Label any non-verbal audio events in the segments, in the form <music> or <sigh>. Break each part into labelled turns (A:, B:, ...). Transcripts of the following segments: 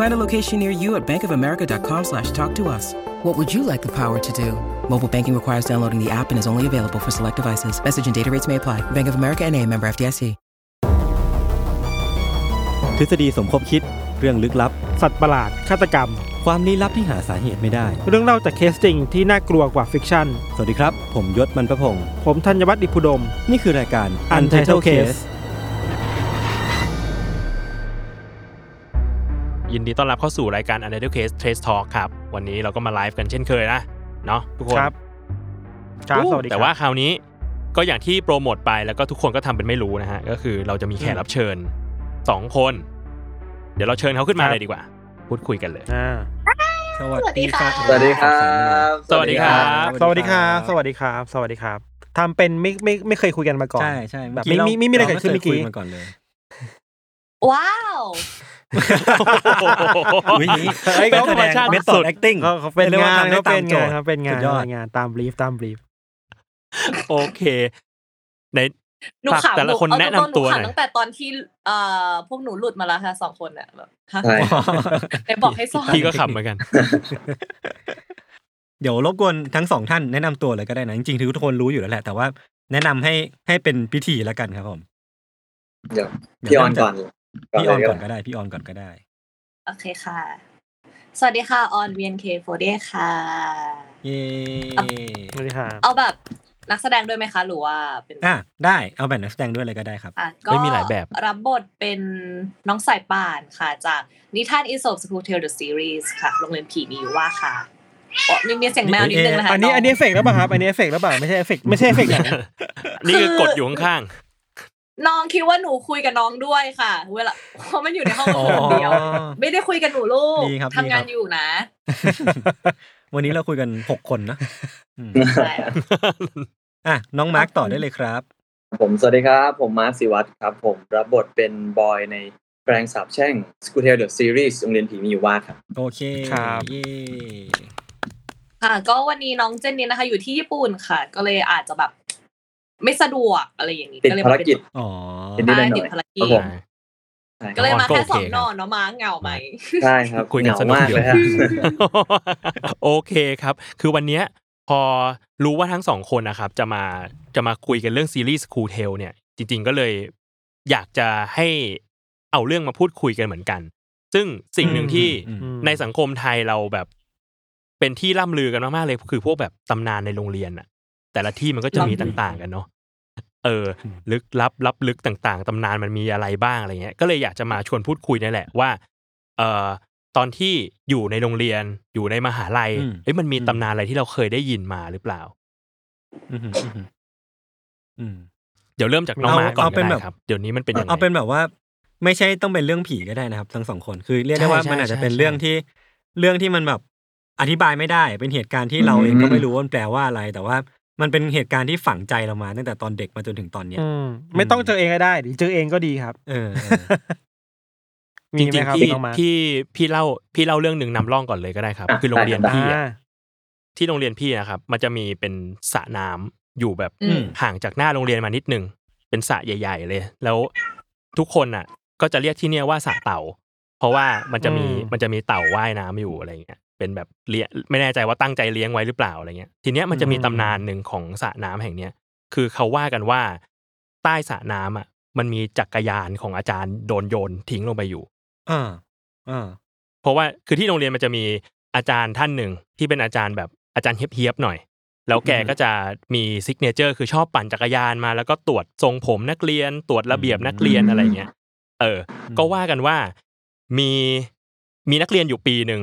A: Find a location near you at bankofamerica.com slash talk to us. What would you like the power to do? Mobile banking requires downloading the app and is only available for select devices. Message and data rates may apply. Bank of America and a member FDIC.
B: ทฤษฎีสมคบคิดเรื่องลึกลับ
C: สัตว์ประหลาด ฆาตกรรม
B: ความลี้ลับที่หาสาเหตุไม่ได้
C: เรื่องเล่าจากเคสจริงที่น่ากลัวกว่าฟิกชั่น
B: สวัสดีครับ ผมยศมันประพงศ์
C: ผมธัญวัฒน์อิพุดม
B: นี่คือรายการ
C: Untitled Case
D: ยินดีต้อนรับเข้าสู่รายการ u n d e r t a l Case Trace Talk ครับ วันนี้เราก็มาไลฟ์กันเช่นเคยนะ เนาะทุกคน
C: ครับ
D: อู้
C: สวัสดีครับ
D: แต่ว่าคราวนี้ก็อย่างที่โปรโมทไปแล้วก็ทุกคนก็ทำเป็นไม่รู้นะฮะ ก็คือเราจะมีแขกรับเชิญ 2 คน เดี๋ยวเราเชิญเขาขึ้นมา
C: ครับ
D: เลยดีกว่า พูดคุยกันเลย
C: อ่า
B: สวัสดีครับ
E: สวัสดีครับ
D: สวัสดีครับ
C: สวัสดีครับ สวัสดีครับ สวัสดีครับทำเป็นไม่ไม่ไม่เคยคุยกันมาก่อน
B: ใช่ใช่
C: แบบไม่มีไม่มีอะไรเกิดขึ้นเมื่อกี้
B: ราคุยมาก่อนเลย
E: ว้าว
D: เฮ้ยเขาธรรมชาติ
B: เม
D: สุ
B: อ
D: ด
B: แอคติ้ง
C: ก็เขาเป็นงานเขาเป็นงานเขาเป็นงาน
B: สุดยอด
C: เป็นงานตามบรีฟตามบรีฟ
D: โอเคใน
E: หนู
D: ฝาก
E: ขำ
D: แต่ละคน
E: ห
D: แนะ
E: เอา
D: นำ
E: รงๆ
D: ตัว
E: ห
D: ห
E: ขำ
D: น่อย
E: ตั้งแต่ตอนที่เอ่อพวกหนูหลุดมาแล้วค่ะสองคนอ่ะแบบฮะ
F: ใช่
E: ไหนบอกให้ซ่อน
D: พี่ก็ขำเหมือนกัน <laughs>
B: เดี๋ยวรบกวนทั้งสองท่านแนะนำตัวเลยก็ได้นะ จริงๆทุกคนรู้อยู่แล้วแหละ แต่ว่าแนะนำให้ให้เป็นพิธีแล้วกันครับผม
F: เดี๋ยว พี่ออนก่อน
B: พี่ออนก่อน
F: เลย
B: ก็ได้พี่ออนก่อนก็ได้
E: โอเคค่ะ สวัสดีค่ะออนเวียนเคโฟเดค่ะ
B: เย้
C: สวัสดีครับ
E: เอาแบบนักแสดงด้วยไหมคะหรือว่าเป็น
B: อ่ะได้เอาแบบนักแสดงด้วยเลยก็ได้ครับ
E: อ่ะ
D: ไม่มีหลายแบบ
E: รับบทเป็นน้องสายป่านค่ะ จากนิทานอีสบสกูเทลเดอะซีรีส์ค่ะโรงเรียนผีมีอยู่ว่าค่ะอ๋อมีมีเสียงแมวนิดนึงนะคะ
C: อันนี้
E: ง
C: อันนี้เอฟเฟกต์แล้วป่ะครับ อันนี้เอฟเฟกต์แล้วป่ะไม่ใช่เอฟเฟกต์ไม่ใช่เอฟเฟกต์หนัง
D: นี่คือกดอยู่ข้าง
E: น้องคิดว่าหนูคุยกับน้องด้วยค่ะ เวลา <laughs> เพราะมันอยู่ในห้องคนเดียว
B: อ๋อ
E: ไม่ได้คุยกับหนูลูก
B: ดีครับ
E: ทำงาน
B: ดีครับ
E: อยู่นะ
B: <laughs> วันนี้เราคุยกันหกคนนะอืม
D: ๆ
B: อ่ะน้องมาร์กต่อได้เลยครับ
F: ผมสวัสดีครับ ผมมาร์คศิวัตรครับ ผมรับบทเป็นบอยในแปลงสาบแช่งสกูเทลเดอะซีรีส์โรงเรียนผีมีอยู่ว่าครับ
B: โอเคเย้
E: ค่ะ ก็วันนี้น้องเจนนี่นะคะ อยู่ที่ญี่ปุ่นค่ะ ก็เลยอาจจะแบบ ไม่สะดวกอะไรอย่างนี้
F: ติด
E: เลย
F: ภารกิจ
B: อ๋อ
F: เห็นได้
E: มาติดภารกิจ
F: ครับผม ใช่ค
E: ก็
F: รับ
E: เลยมาแค่สอง
D: ก็โอเคครับ
E: นอนเนาะมาเหงาไหม
F: ใช่ครับ
D: คุย
F: เห
D: กัน
F: งา
D: สนุก
F: มาก
D: เดี๋ยว
F: เลยฮะ
D: <laughs> โอเคครับ คือวันเนี้ยพอรู้ว่าทั้งสองคนนะครับ จะมาจะมาคุยกันเรื่องซีรีส์ Cool Tale เนี่ย จริง ๆ ก็เลยอยากจะให้เอาเรื่องมาพูดคุยกันเหมือนกัน ซึ่งสิ่งหนึ่งที่
B: อืม
C: อืม
D: ในสังคมไทยเราแบบเป็นที่ล่ำลือกันมากๆเลยคือพวกแบบตำนานในโรงเรียนอะแต่ละที่มันก็จะมีต่างๆกันเนาะเออ ลึกลับลับลึกต่างๆตำนานมันมีอะไรบ้างอะไรเงี้ย ก็เลยอยากจะมาชวนพูดคุยนี่แหละว่า เอ่อตอนที่อยู่ในโรงเรียนอยู่ในมหาลัย
B: อืม
D: เอ้ยมันมีตำนานอะไรที่เราเคยได้ยินมาหรือเปล่า
B: อืมอืมอืมอืม
D: เดี๋ยวเริ่มจากน้อง
B: เอา
D: มาก่อน
B: เอาเป็
D: ก็
B: น
D: ได้
B: แบบ
D: ครับ เดี๋ยวนี้มันเป็นยังไง
B: เอาเป็นแบบว่า ไม่ใช่ต้องเป็นเรื่องผีก็ได้นะครับ ทั้งสองคนคือเรียกได้ว่า
D: ใช่ใช่
B: มันอาจจะ
D: ใช่
B: เป็น
D: ใช่
B: เรื่องที่เรื่องที่มันแบบอธิบายไม่ได้ เป็นเหตุการณ์ที่เรา
F: อืม
B: เองก็ไม่รู้ว่ามันแปลว่าอะไร แต่ว่ามันเป็นเหตุการณ์ที่ฝังใจเรามาตั้งแต่ตอนเด็กมาจนถึงตอนเนี้ย
C: อืมไม่ต้องเจอเองก็ได้ดิเจอเองก็ดีครับ
B: เออเออ
C: มี
D: จ
C: ไหม
D: ริง
C: ค
D: ๆ
C: รับ
D: ที่
C: น้องมาร์ค
D: ที่พี่เล่าพี่เล่าเรื่องหนึ่งนำร่องก่อนเลยก็ได้ครับ
F: อ่ะ
D: คือโรงเรียน
C: อ่
D: พี่อะ
C: า
D: ที่โรงเรียนพี่นะครับ มันจะมีเป็นสระน้ำอยู่แบบ
E: อืม
D: ห่างจากหน้าโรงเรียนมานิดนึง เป็นสระใหญ่ ๆ เลย แล้วทุกคนอ่ะ ก็จะเรียกที่เนี่ยว่าสระเต่า เพราะว่ามันจะมี
C: อืม
D: มันจะมีเต่าว่ายน้ำอยู่อะไรเงี้ยเป็นแบบเลี้ยงไม่แน่ใจว่าตั้งใจเลี้ยงไว้หรือเปล่าอะไรเงี้ยทีเนี้ยมันจะมีตำนานหนึ่งของสระน้ำแห่งเนี้ย คือเขาว่ากันว่า ใต้สระน้ำอ่ะ มันมีจักรยานของอาจารย์โดนโยนทิ้งลงไปอยู่
B: อ่าอ่า
D: เพราะว่าคือที่โรงเรียนมันจะมีอาจารย์ท่านหนึ่งที่เป็นอาจารย์แบบอาจารย์เฮียบๆหน่อย แล้วแกก็จะมีซิกเนเจอร์คือชอบปั่นจักรยานมา แล้วก็ตรวจทรงผมนักเรียน ตรวจระเบียบนักเรียนอะไรเงี้ย เออ ก็ว่ากันว่ามีมีนักเรียนอยู่ปีหนึ่ง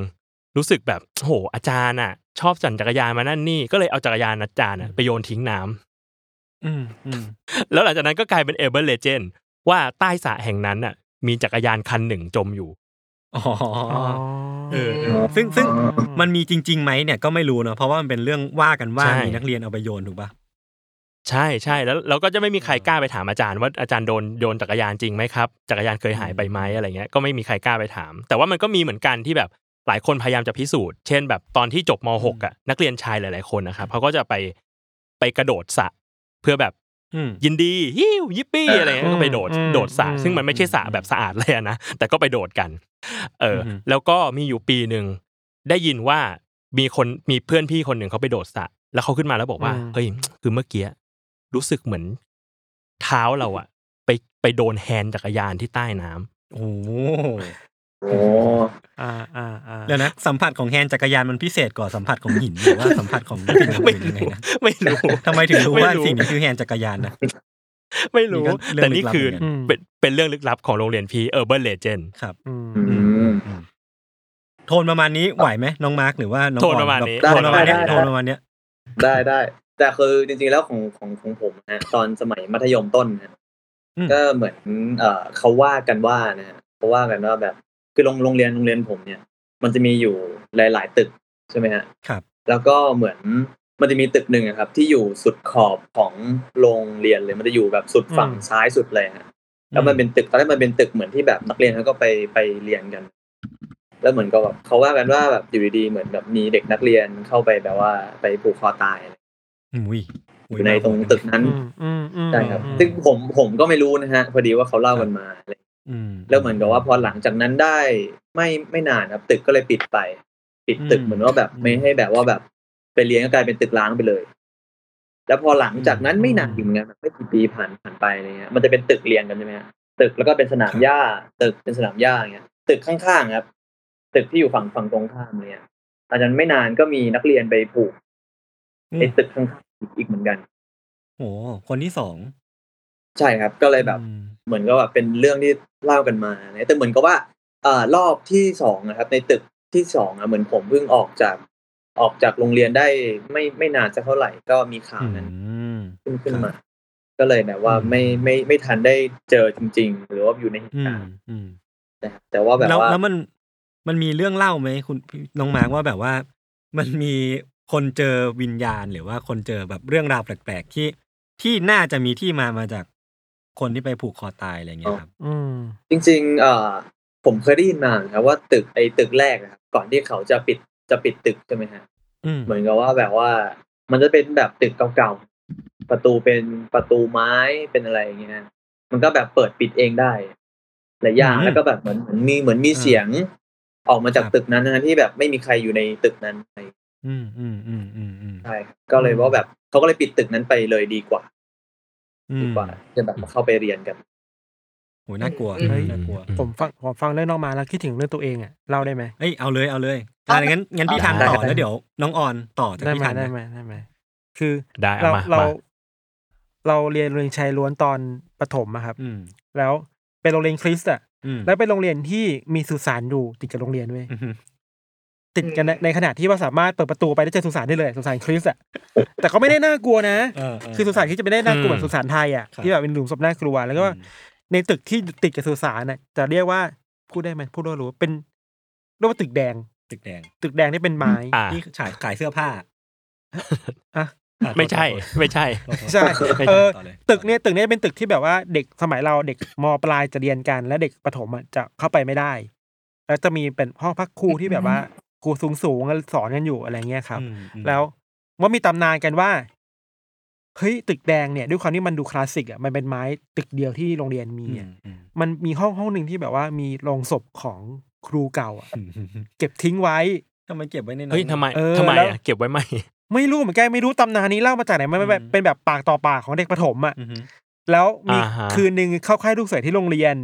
D: รู้สึกแบบโหอาจารย์อ่ะ ชอบสั่นจักรยานมานั่นนี่ก็เลยเอาจักรยานอาจารย์อะไปโยนทิ้งน้ำ
B: อืมอืม
D: แล้วหลังจากนั้นก็กลายเป็นเอเบอร์เลเจนว่าใต้สระแห่งนั้นน่ะ มีจักรยานคันหนึ่งจมอยู่
B: อ๋อ
C: อ๋อ
B: เออเออซึ่งซึ่งมันมีจริงๆไหมเนี่ยก็ไม่รู้เนอะเพราะว่ามันเป็นเรื่องว่ากันว่า
D: ใช่
B: มีนักเรียนเอาไปโยนถูกปะ
D: ใช่ใช่แล้วเราก็จะไม่มีใครกล้าไปถามอาจารย์ว่าอาจารย์โดนโยนจักรยานจริงไหมครับจักรยานเคยหายไปไหมอะไรเงี้ยก็ไม่มีใครกล้าไปถาม แต่ว่ามันก็มีเหมือนกันที่แบบหลายคนพยายามจะพิสูจน์ เช่น แบบตอนที่จบม .6 อ่ะนักเรียนชายหลาย ๆคนนะครับเขาก็จะไปไปกระโดดสระเพื่อแบบ
B: อืม
D: ยินดีฮิ้วยิปปี้อะไรเงี้ยก็ไปโดด
C: อืม
D: โดดสระ
C: อืม
D: ซึ่งมันไม่ใช่สระแบบสะอาดเลยอะนะแต่ก็ไปโดดกัน เอออ
B: ม
D: แล้วก็มีอยู่ปีหนึ่งได้ยินว่ามีคนมีเพื่อนพี่คนหนึ่งเขาไปโดดสระแล้วเขาขึ้นมาแล้วบอกว่า
C: อืม
D: เฮ้ยคือเมื่อกี้รู้สึกเหมือนเท้าเราอะไปไปโดนแฮนด์จักรยานที่ใต้น้ำ
B: โอ้โห
G: โอ้
C: อ่าอ่าอ่า
B: เดี๋ยวนะสัมผัสของแฮนด์จักรยานมันพิเศษกว่าสัมผัสของ
G: <laughs>
B: หินหรือว่าสัมผัสของสิ่งอื่
D: ไม่
B: น <laughs> ยังไง
D: รู้
B: นะ
D: ไม่ <laughs> รู้
B: ทำไมถึงรู้ว่า
D: ไม่
B: สิ่งนี้คือแฮนด์จักรยานนะ
D: ไม่รู้
B: นี่ก็เรื่อง
D: แต่นี่คือ
B: ลึกลับเหมือนกัน
D: เป็นเป็นเรื่องลึกลับของโรงเรียนพีเออร์เบิร์เลเจน
B: ครับ
C: อืม
G: อืม
B: โทนประมาณนี้ไหวไหมน้องมาร์คหรือว่าน้อง
D: โทนประมาณนี้
B: แบบโทนประมาณเนี้ย
G: ได้ได้
B: โทนประมาณเนี้ย
G: ได้ได้ แต่คือจริงๆแล้วของของของผมนะฮะตอนสมัยมัธยมต้นนะฮะก็เหมือนเอ่อเขาว่ากันว่านะฮะเขาว่ากันว่าแบบคือโรงโรงเรียนโรงเรียนผมเนี่ย มันจะมีอยู่หลาย ๆ ตึกใช่ไหมฮะ
B: ครับ
G: แล้วก็เหมือนมันจะมีตึกหนึ่งอะครับ ที่อยู่สุดขอบของโรงเรียนเลยมันจะอยู่แบบสุดฝั่ง
B: อืม
G: ซ้ายสุดเลยฮะแล้วมันเป็นตึกตอนแรกมันเป็นตึกเหมือนที่แบบนักเรียนเขาก็ไปไปเรียนกัน แล้วเหมือนกับแบบเขาว่ากันว่าแบบอยู่ดีๆเหมือนแบบมีเด็กนักเรียนเข้าไปแบบว่าไปผูกคอตายอะไร
B: อุ้ย
G: อยู่ในตรงตึกนั้น
C: อืมอืมอืม
G: ใช่ครับ
C: อืม
G: ซึ่งผมผมก็ไม่รู้นะฮะ พอดีว่าเขาเล่ากันมาอะไร
B: อืม
G: แล้วเหมือนกับว่าพอหลังจากนั้นได้ไม่ไม่นานครับ ตึกก็เลยปิดไป ปิดตึก
B: อืม
G: เหมือนว่าแบบ
B: อืม
G: ไม่ให้แบบว่าแบบไปเรียนก็กลายเป็นตึกล้างไปเลย แล้วพอหลังจากนั้นไม่นานอีกเหมือนกันแบบไม่กี่ปีผ่านผ่านไปอะไรเงี้ยมันจะเป็นตึกเรียงกันใช่ไหมฮะตึกแล้วก็เป็นสนาม
B: ครับ
G: หญ้า ตึกเป็นสนามหญ้าอย่างเงี้ย ตึกข้างๆครับ ตึกที่อยู่ฝั่งฝั่งตรงข้ามอะไรเนี่ยหลังจากนั้นไม่นานก็มีนักเรียนไปผูก
B: อืม
G: ไอ้ตึกข้างๆอีกอีกเหมือนกัน
B: โอ้คนที่สอง
G: ใช่ครับ ก็เลยแบบ
B: อืม
G: เหมือนก็แบบเป็นเรื่องที่เล่ากันมาเนี่ยแต่เหมือนกับว่าเอ่อรอบที่สองนะครับ ในตึกที่สองอ่ะเหมือนผมเพิ่งออกจากออกจากโรงเรียนได้ไม่ไม่นานสักเท่าไหร่ก็มีข่าวนั้นขึ้นขึ้นมา ก็เลยแบบว่า
B: อืม
G: ไม่ไม่ไม่ทันได้เจอจริง ๆ หรือว่าอยู่ในเหตุ
B: อื
G: การ
B: ม
G: ณ์
B: อืม
G: นะครับแต่ว่าแบบ
B: แล้ว
G: ว่า
B: แล้วมันมันมีเรื่องเล่าไหมคุณพี่น้องมาร์กว่าแบบว่า <laughs> มันมีคนเจอวิญญาณหรือว่าคนเจอแบบเรื่องราวแปลกๆที่ที่น่าจะมีที่มามาจากคนที่ไปผูกคอตายอะไรเงี้ยครับ
C: อืม
G: จริง ๆ เอ่อผมเคยได้ยินมานะครับว่าตึกไอ้ตึกแรกนะครับก่อนที่เขาจะปิดจะปิดตึกใช่ไหมฮะ
B: อืม
G: เหมือนกับว่าแบบว่า มันจะเป็นแบบตึกเก่าๆ ประตูเป็นประตูไม้เป็นอะไรอย่างเงี้ยฮะมันก็แบบเปิดปิดเองได้หลายอย่างแล้วก็แบบเหมือนเหมือนมีเหมือนมีเสียง ออกมาจากตึกนั้นนะที่แบบไม่มีใครอยู่ในตึกนั้นอะไร
B: อืมอืมอืมอืมอืม
G: ใช่ครับก็เลยว่าแบบเขาก็เลยปิดตึกนั้นไปเลยดีกว่า
B: อืม
G: ดีกว่าจะแบบเข้าไปเรียนกัน
B: โหน่ากลัว
E: อืม
C: เฮ้ย
B: น่ากลัว
C: ผมฟังผมฟังเรื่องน้องมาแล้วคิดถึงเรื่องตัวเองอ่ะเล่าได้ไหม
B: เอ้ยเอาเลยเอาเลยอ่ะงั้นงั้นพี่ทัน
G: ได้
B: ต่อ
G: ได้
B: แล้วเดี๋ยว น้องออนต่อจาก
C: ได้
B: พี่
C: ไหม
B: ทัน
C: ได้
B: นะ
C: ไหมได้ไหมคือ
D: ได้เอา
C: เรา
D: มา
C: เรา
D: มา
C: เราเรียนโรงเรียนชายล้วนตอนประถมอะครับ
B: อืม
C: แล้วเป็นโรงเรียนคริสต์อะ
B: อืม
C: แล้วเป็นโรงเรียนที่มีสุสานอยู่ติดกับโรงเรียนเว้ย
B: อืม
C: ติดกันในในขณะที่ว่าสามารถเปิดประตูไปได้วเจอสุสานได้เลยสุสานคริสต์อะแต่ก็ไม่ได้น่ากลัวนะ
B: เออเออ
C: คือสุสานคริสต์จะไม่ได้น่ากลัวเหมือน
D: อืม
C: สุสานไทยอะ
B: ครับ
C: ที่แบบเป็นหลุมศพน่ากลัวแล้วก็ ในตึกที่ติดกับสุสานน่ะจะเรียกว่าพูดได้ไหมพูดได้รู้เป็นเรียกว่าตึกแดง
B: ตึกแดง
C: ตึกแดงที่เป็นไม้
D: อ่า
B: ที่ขายขายเสื้อผ้า
C: อ่ะ
B: อ่ะ
D: ไม่ใช่
B: ขอโทษ
D: ไม่ใช่
C: ใช่เออ
B: ต่อเลย
C: ตึกเนี่ยตึกเนี่ยเป็นตึกที่แบบว่าเด็กสมัยเราเด็กมปลายจะเรียนกัน และเด็กประถมอ่ะจะเข้าไปไม่ได้ แล้วจะมีเป็นห้องพักครูที่แบบว่าครูสูงสูงๆสอนกันอยู่อะไรเงี้ยครับ
B: อืมอืม
C: แล้วว่ามีตำนานกันว่าเฮ้ยตึกแดงเนี่ยด้วยความที่มันดูคลาสสิกอ่ะมันเป็นไม้ตึกเดียวที่โรงเรียนมีอ่ะ มันมีห้องห้องหนึ่งที่แบบว่ามีโลงศพของครูเก่าอะเก็บทิ้งไว้
B: ทำไมเก็บไว้ในนั้น
D: เฮ้ยทำไม
C: เออ
D: ทำไม
C: แล้ว
D: อ่ะเก็บไว้ไหม
C: ไม่รู้เหมือนกันไม่รู้ตำนานนี้เล่ามาจากไหนมันแบบ
B: อืม
C: เป็นแบบปากต่อปากของเด็กประถมอะ
B: อือฮึ
C: แล้วมี
D: อ่าฮะ
C: คืนหนึ่งเข้าค่ายลูกเสือที่โรงเรียน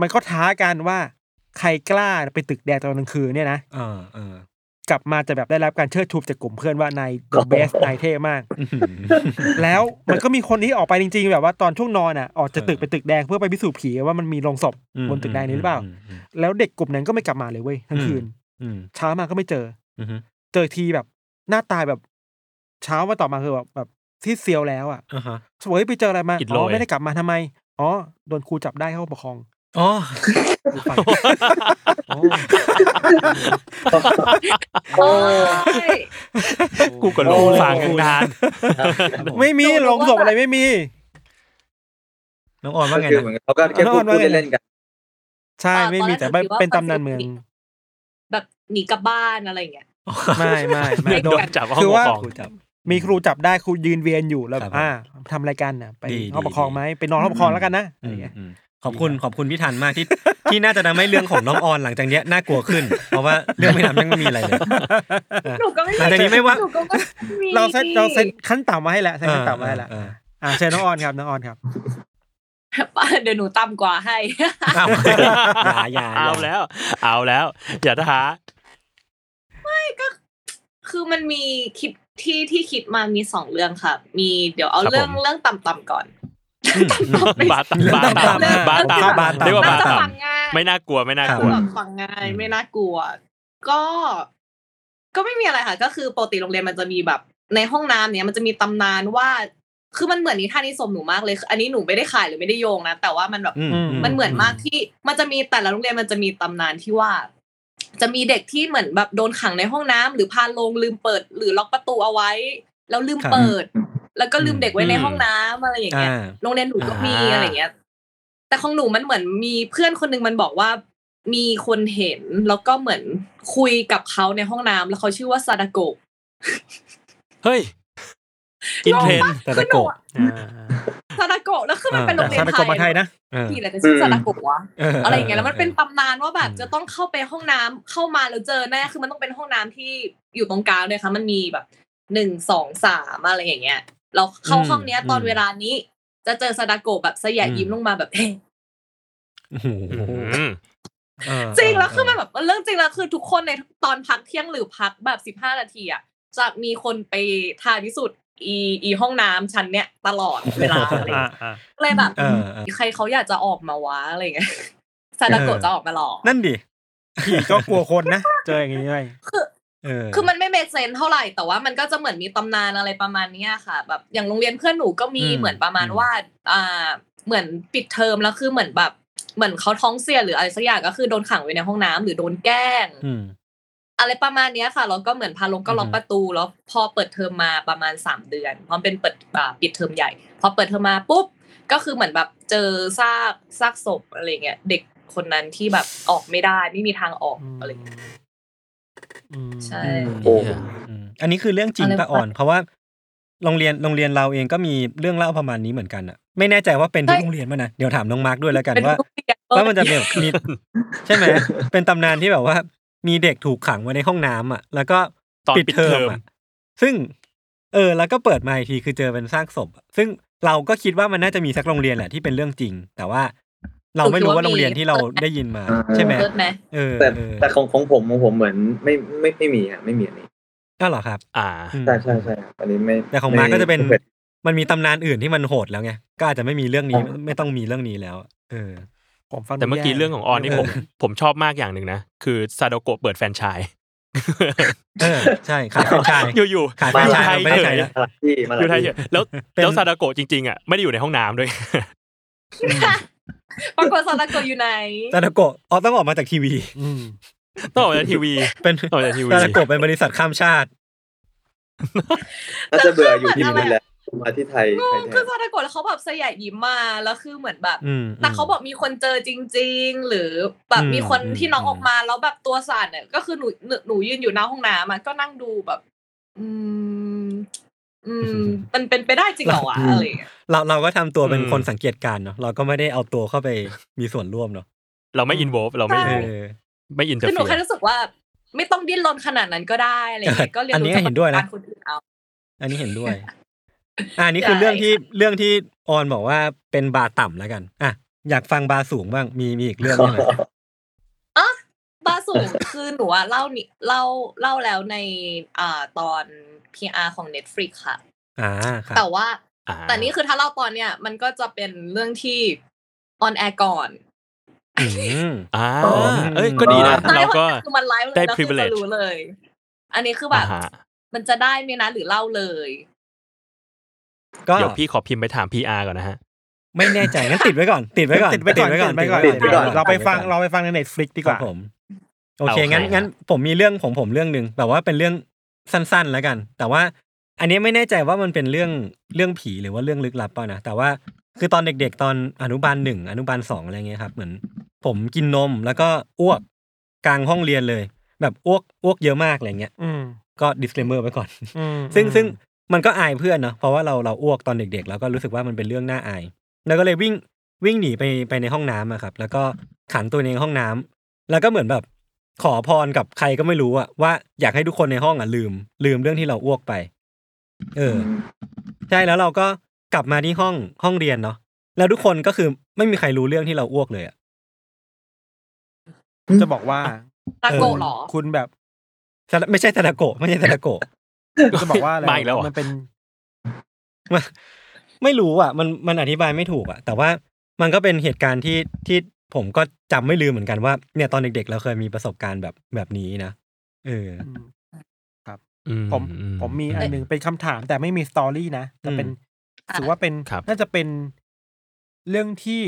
C: มันก็ท้ากันว่าใครกล้าไปตึกแดงตอนกลางคืนเนี่ยนะ
B: อ่าอ่า
C: กลับมาจะแบบได้รับการเชิดชูจากกลุ่มเพื่อนว่ <laughs> านายเบสนายเท่มาก แล้วมันก็มีคนที่ออกไปจริงๆ แบบว่าตอนช่วงนอนอ่ะออกจากตึกไปตึกแดงเพื่อไปพิสูจน์ผีว่ามันมีโรงศพบนตึกแดงนี้หรือเปล่า แล้วเด็กกลุ่มนั้นก็ไม่กลับมาเลยเว้ยทั้งคืน
B: อืม
C: เช้ามาก็ไม่เจอ
B: อืม
C: เจอทีแบบหน้าตายแบบเช้าวันต่อมาคือแบบแบบที่เซียวแล้วอ่ะ
B: อ่าฮะ
C: สวยไปเจออะไรมา
D: อิด
C: อ๋
D: โร
C: อย ไม่ได้กลับมาทำไมอ๋อโดนครูจับได้เข้าประคอง
B: อ๋อ
C: กูไปอ๋อ
E: โอ้ย
D: กูก็ลงฟังกันนาน
C: ไม่มีโรงศพอะไรไม่มี
B: น้องออนว่าไง
A: คือ
B: นะ
A: เหมือนเขาก็แค่พูดพูดเล่นๆกัน
C: ใช่
E: อ่า
C: ไม่มี
E: ต
C: แต่
E: อนแร
C: ไม่
E: ก
C: เป็น
E: ถือว่า
C: ตำนานเมือง
E: แบบหนีกลับบ้านอะไรอย่างเงี้ย
C: ไม่ไม่ไม่
E: ไม่
D: โดนจับห้อง
C: คือว่า
D: ปกครอง
B: กูจับ
C: มีครูจับได้ครูยืนเวียนอยู่แล้ว
B: ครับ
C: อ่าทำอะไรายการน่ะไป
B: ดี
C: ห้อง
B: ดี
C: ปกครอง
B: ดี
C: ไหมไปนอนห้องปกครองแล้วกันนะอะไรเงี้ย
B: อืมขอบคุณขอบคุณพี่ทันมากที่ <laughs> ที่น่าจะทำให้เรื่องของน้องออนหลังจากเนี้ยน่ากลัวขึ้น เพราะว่าเรื่องไม่ทำยังไม่มีอะไรเลย
E: หนูก็ไม่
B: หลังจากนี้ไม่ว่า
E: หนูก็ไม่มี
C: เราเซตเราเซตขั้นต่ำมาให้แล้วเซตขั้นต่ำมาให้แล้ว
B: เออ
C: อ่าเชิญน้องออนครับน้องออนครับ
E: เดี๋ยวหนูต่ำกว่าให้
B: <laughs> เออเอออ้าวอย่าอย่า
D: เอาแล้ว เอาแล้ว อย่าท้า
E: คือมันมีคิดที่ที่คิดมามีสองเรื่องค่ะ มีเดี๋ยวเอา
D: ครับ
E: เรื่อง
D: ผม
E: เรื่องต่ำๆก่อน <laughs>
D: บาตาบาตา
C: เรื่อง
D: บา
C: ตาม
D: ตา
C: บาตาม
D: เรียกว่า
E: น่า
D: บา
E: จะ
D: ตา
E: ฟังง่าย
D: ไม่น่ากลัวไม่น่ากลัว
E: น่าจะฟังง่ายไม่น่ากลัว ก็ ก็ไม่มีอะไรค่ะ ก็คือปกติโรงเรียนมันจะมีแบบ ในห้องน้ำเนี่ยมันจะมีตำนานว่า คือมันเหมือนนิทานนิสมหนูมากเลยคืออันนี้หนูไม่ได้ขายหรือไม่ได้โยงนะแต่ว่ามันแบบ
B: อืม
E: มันเหมือนมากที่มันจะมีแต่ละโรงเรียนมันจะมีตำนานที่ว่า จะมีเด็กที่เหมือนแบบโดนขังในห้องน้ำหรือพาลงลืมเปิด หรือล็อกประตูเอาไว้ แล้วลืมเปิด แล้วก็ลืมเด็กไว้ในห้องน้ำอะไรอย่างเงี้ย
B: อ่า
E: โรงเรียนหนูก็มี
D: อ่า
E: อะไรอย่างเงี้ย แต่ของหนูมันเหมือนมีเพื่อนคนหนึงมันบอกว่ามีคนเห็นแล้วก็เหมือนคุยกับเขาในห้องน้ำแล้วเขาชื่อว่าซาดาโกะ
D: เฮ้ย อินเทรน
B: แต่ตะโกะ
E: ซาดาโกะแล้วคือมันเป็นโรงเรีย
C: ชาน ติกรมาไทยนะ
B: เออ
E: ที่แต่ชื่อซาดาโกะวะ อะไรอย่างเงี้ยแล้วมันเป็น
B: ออ
E: ตำนานว่าแบบ
B: อืม
E: จะต้องเข้าไปห้องน้ำเข้ามาแล้วเจอแน่คือมันต้องเป็นห้องน้ำที่อยู่ตรงกลางเลยค่ะ มันมีแบบหนึ่งสองสามอะไรอย่างเงี้ย เราเข้าห้องเนี้ย ตอนเวลานี้ จะเจอซาดาโกะแบบสยะยิ้มลงมาแบบ <laughs> เฮ้ย
B: โอ้โหเออ
E: จริงแล้วคือมันแบบเรื่องจริงแล้วคือทุกคนในตอนพักเที่ยงหรือพักแบบสิบห้านาทีอ่ะจะมีคนไปทานที่สุดอีอีห้องน้ำชั้นเนี้ยตลอดเวลาอะไรอย่าง
C: อ่า
E: เงี้ย
C: อ่า
E: เลยแบบ
B: เออเออ
E: ใครเขาอยากจะออกมาวะอะไรอย่างเงี้ยซาดาโกะจะออกมาหรอ
B: นั่นดิ
C: พี่ก็กลัวคนนะ เจออย่างงี้ด้วย
B: เออ
E: คือมันไม่เม e เซนเท่าไหร่แต่ว่ามันก็จะเหมือนมีตำนานอะไรประมาณเนี้ยค่ะ แบบอย่างโรงเรียนเพื่อนหนูก็มี
B: อืม
E: เหมือนประมาณ
B: อืม
E: ว่าอ่าเหมือนปิดเทอมแล้วคือเหมือนแบบเหมือนเขาท้องเสียหรืออะไรสักอย่างก็คือโดนขังไว้ในห้องน้ำหรือโดนแกล้ง
B: อืม
E: อะไรประมาณเนี้ยค่ะแล้วก็เหมือนพาลงก็ล็อ
B: อื
E: ก
B: อฮึ
E: ประตูแล้วพอเปิดเทอมมาประมาณสามเดือนเพราะมันเป็นเปิดอ่าปิดเทอมใหญ่ พอเปิดเทอมมาปุ๊บก็คือเหมือนแบบเจอซากซากศพอะไรเงี้ยเด็กคนนั้นที่แบบออกไม่ได้ไม่มีทางออกอะไรเงี้ย
C: อืม
E: ใช่
A: โอ้
B: อืมอันนี้คือเรื่องจริง
E: อะไร
B: ปะอ่อน
E: วะ
B: เพราะว่าโรงเรียนโรงเรียนเราเองก็มีเรื่องเล่าประมาณนี้เหมือนกันอะไม่แน่ใจว่าเป็นทุก
E: ใช่
B: โรงเรียนมั้ยนะเดี๋ยวถามน้องมาร์กด้วยแล้วกัน
E: เป็น
B: ว่า
E: โรงเรียน
B: ว่ามันจะแบบมี ใช่ไหมเป็นตำนานที่แบบว่า มีเด็กถูกขังไว้ในห้องน้ำอ่ะ แล้วก็
D: ตอนปิดเทอม
B: ะซึ่ง เออ แล้วก็เปิดมาอีกทีคือเจอเป็นซากศพอะซึ่งเราก็คิดว่ามันน่าจะมีสักโรงเรียนแหละที่เป็นเรื่องจริง แต่ว่าเราไม่รู้ว่าโรงเรียนที่เราได้ยินมา ใช่ไหม
E: เลิศไหม
B: เออ
A: แต่
B: เออ
A: แต่ของของผมของผมเหมือนไม่ไม่ไม่มีอะไม่มีอันนี้
B: ก็เหรอครับ
D: อ่า
B: อืม
A: ใช่ใช่ใช่ครับอันนี้ไม่
B: แต่ของมาร์คก็จะเป็น
A: ไม่คย
B: มันมีตำนานอื่นที่มันโหดแล้วไง ก็อาจจะไม่มีเรื่องนี้
A: อ๋อ
B: ไม่ต้องมีเรื่องนี้แล้ว เออ
C: ผมฟังดู
D: แต่เมื่อกี้
C: ย่
D: เรื่องของออนนี่ผมผมชอบมากอย่างหนึ่งนะ คือซาโดโกะเปิดแฟรนไชาย
B: เออ ใช่ ขายแฟรนไชส์
D: อยู่ๆ
B: ขายแฟรนไชส์เรา
D: อยู่
B: ไม่ได้ใช้
D: เฉย
B: นะ
A: มาหลายที่มาห
D: อ
A: ลาย
D: ยู่ไทย
A: ที่
D: เฉย
C: <laughs>
D: แล้ว
B: เป็น
D: แล้วซาโดโกะจริงๆอ่ะไม่ได้อยู่ในห้องน้ำด้วย <laughs>
E: ปรากฏซาดาโกะอยู่ไหน
B: ซาดาโกะอ๋อต้องออกมาจากทีวี
C: อืม
D: ต้องออกจากที
C: <laughs>
D: วี
B: เป็น
D: ออกจากทีวี
B: ซาดาโกะเป็นบริษัทข้ามชาติ
A: น่าจะเบื่ออยู่ที่
E: แต่คือ
A: นี่แหละมาที่ไทยไทยแท
E: คือน ซาดาโกะแล้วเขาแบบสยายยิ้มมาแล้วคือเหมือนแบบ
B: อืม
E: แต่เขาบอกมีคนเจอจริง ๆ หรือแบบ
B: อืม
E: มีคน
B: อืม
E: ที่น้อง
B: อืม
E: ออกมาแล้วแบบตัวสั่นเนี่ยก็คือหนูหนูหนูยืนอยู่หน้าห้องน้ำอะก็นั่งดูแบบ อืม อืม มันเป็นไปได้จริงเหรอวะอะไรอย่างเงี้ย
B: เราเราก็ทำตัวเป็น
D: อืม
B: คนสังเกตการณ์เนาะ เราก็ไม่ได้เอาตัวเข้าไปมีส่วนร่วมเนาะ
D: เราไม่อินโวฟเราไม่อิน
B: เอ
D: โว
B: อ
D: ไม่อินเตอ
E: คือ
D: ร์
E: หนู
D: เฟี
E: แค่
D: ย
E: รู้สึกว่า ไม่ต้องดิ้นรนขนาดนั้นก็ได้อะไรอย่างเงี้ยก็เรียน
B: อันนี้
E: รู้จาก
B: เห็นด้วยนะ
E: ประสบการณ์คนอื่นเอา
B: อันนี้เห็นด้วย อ่านี่คือเรื่องที่เรื่องที่ออนบอกว่าเป็นบาร์ต่ำแล้วกัน อ่ะ อยากฟังบาร์สูงบ้าง มีมีอีกเรื่องไหม
E: บาร์สู สูง <laughs> คือหนูอะเล่านี่เล่าเล่าแล้วในอ่าตอน PR ของ Netflix ค่ะ
C: อ่าครับ
E: แต่ว่า
D: อ่า
E: แต่นี่คือถ้าเล่าตอนเนี้ยมันก็จะเป็นเรื่องที่ออนแอร์ก่อน
C: อืม
D: อ่า
B: อ๋อ
D: เอ้ยก็ดีนะ
E: ใช่
D: เราก็
E: พะคือมันไลฟ์
D: ได้
E: แล้วคือจะ
D: privilege
E: รู้เลย อันนี้คือแบ
D: อ่า
E: บ
D: ฮะ
E: มันจะได้ไหมนะหรือเล่าเลย
C: ก็
D: เดี๋ยวพี่ขอพิมพ์ไปถาม PR ก่อนนะฮะ
C: ไม่แน่ใจงั้นติดไว้ก่อน ติดไว้ก่อน
H: ติดไว้ก่อนติดไว้ก่อน
B: ติดไว้ก่อน
H: เราไปฟังเราไปฟังในเน็ตฟลิกดี
C: ค
H: ก
C: รับ
H: ว่า
C: ผม โอเค
D: เอางั้
C: งั้น
D: ใคร
C: งั้น <laughs> ผมมีเรื่องของผมเรื่องหนึ่งแบบว่าเป็นเรื่องสั้นๆแล้วกัน แต่ว่าอันนี้ไม่แน่ใจว่ามันเป็นเรื่องเรื่องผีหรือว่าเรื่องลึกลับเปล่านะแต่ว่าคือตอนเด็กๆ ตอนอนุบาลหนึ่งอนุบาลสองอะไรเงี้ยครับเหมือน ผมกินนมแล้วก็อ้วกกลางห้องเรียนเลย แบบอ้วกอ้วกเยอะมากอะไรเงี้ย
H: อืม
C: ก็ disclaimer ไว้ก่อน
H: อืม
C: ซึ่งซึ่งมันก็อายเพื่อนเนาะเพราะว่าเราเราอ้วกตอนเด็กๆ แล้วก็รู้สึกว่ามันเป็นเรื่องน่าอาย แล้วก็เลยวิ่งวิ่งหนีไปไปในห้องน้ำอะครับ แล้วก็ขังตัวเองในห้องน้ำแล้วก็เหมือนแบบขอพรกับใครก็ไม่รู้อะว่าอยากให้ทุกคนในห้องอะลืม ลืมเรื่องที่เราอ้วกไป เออ ใช่แล้วเราก็กลับมาที่ห้องห้องเรียนเนาะแล้วทุกคนก็คือไม่มีใครรู้เรื่องที่เราอ้วกเลยอะ
H: จะบอกว่า
E: ตะโกะหรอ
H: คุณแบบ
C: ซะไม่ใช่ตะโกะไม่ใช่ตะโกะ
H: จะบอกว่าอะไร
D: มาอีกแล้วเหรอ
H: มันเป็น
C: ไม่ไม่รู้อ่ะมันมันอธิบายไม่ถูกอ่ะ แต่ว่ามันก็เป็นเหตุการณ์ที่ที่ผมก็จำไม่ลืมเหมือนกันว่าเนี่ยตอนเด็กๆ เราเคยมีประสบการณ์แบบแบบนี้นะเออ
D: อื
H: ผมผมมีอันหนึ่งเป็นคำถามแต่ไม่มีสตอรี่นะแต่เป็น
E: อ่ะ
H: ถือว่าเป็น
D: ครับ
H: น่าจะเป็นเรื่องที่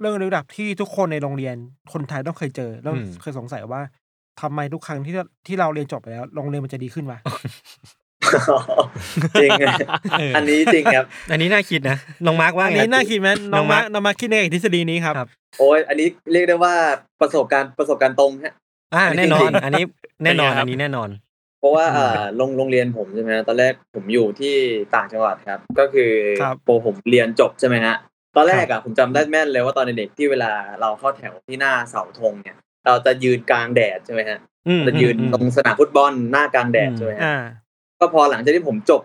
H: เรื่องระดับที่ทุกคนในโรงเรียนคนไทยต้องเคยเจอแล้ว
C: อืม
H: เคยสงสัยว่าทำไมทุกครั้งที่เราที่เราเรียนจบไปแล้ว โรงเรียนมันจะดีขึ้นวะ
B: จริงอะอันนี้จริงครับ
C: อันนี้น่าคิดนะน้องมาร์กว่า
H: อัน
C: ไง
H: นี้น่าคิดไหม
C: น้
H: น้
C: อ
H: อง ง
C: มา
H: มา
C: ร์ค
H: น้องมาคิดในทฤษฎีนี้ครับ
C: ครับ
B: โอ้ยอันนี้เรียกได้ว่าประสบการณ์ประสบการณ์ตรงฮะ
C: อ่าแน่นอน
B: จริงๆ
C: อันนี้แน่นอน
D: เป็นไงครับ
C: อันนี้แน่นอน
B: เพราะว่าเอ่อโรงโรงเรียนผมใช่ไหมฮะตอนแรกผมอยู่ที่ต่างจังหวัดครับ ก็คือ
H: ครับ
B: โปผมเรียนจบใช่ไหมฮะตอนแรกอะผมจำได้แม่นเลยว่าตอนเด็กๆที่เวลาเราเข้าแถวที่หน้าเสาธงเนี่ย เราจะยืนกลางแดดใช่ไหมฮะ
C: อืม
B: จะยืน
C: อืม
B: ตรงสนามฟุตบอลหน้ากลางแดด
C: อืม
B: ใช่ไหมฮะ
H: อ่า
B: ก็พอหลังจากที่ผมจบ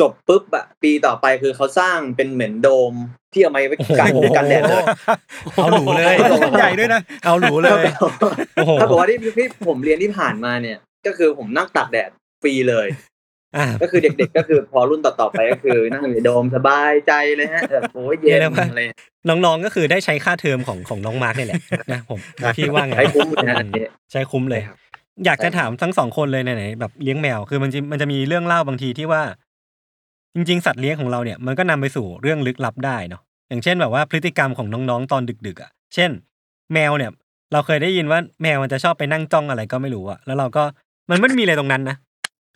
B: จบปุ๊บอะปีต่อไปคือเขาสร้างเป็นเหมือนโดมที่เอาไว้ไว้กลางกลางแดดเลย <laughs>
C: เอาหรูเลย
B: โอ้โห
H: ใหญ่ด้วยนะ
C: เอาหรูเลย โอ้โห
B: ถ้าบอกว่าที่ที่ผมเรียนที่ผ่านมาเนี่ย ก็คือผมนั่งตากแดดฟรีเลย
C: อ่า
B: ก็คือเด็กๆ ก็คือพอรุ่นต่อๆไปก็คือนั่งอยู่ในโดมสบายใจเลยฮะแบบโอ้ยเย็นอะไร
C: น้องๆก็คือได้ใช้ค่าเทอมของของน้องมาร์กนี่แหละ <laughs> นะผมพี่ว่าไง
B: ใช้คุ้มเลยฮะอันนี้
C: ใช้คุ้มเลย
B: ใช่ครับ
C: อยากจะถามทั้งสองคนเลยไหนๆแบบเลี้ยงแมวคือมันจะมันจะมีเรื่องเล่าบางทีที่ว่า จริง ๆ สัตว์เลี้ยงของเราเนี่ยมันก็นำไปสู่เรื่องลึกลับได้เนาะอย่างเช่นแบบว่าพฤติกรรมของน้องๆตอนดึกๆอ่ะเช่น แมวเนี่ย เราเคยได้ยินว่าแมวมันจะชอบไปนั่งจ้องอะไรก็ไม่รู้อ่ะแล้วเราก็มันไม่มีอะไรตรงนั้นนะ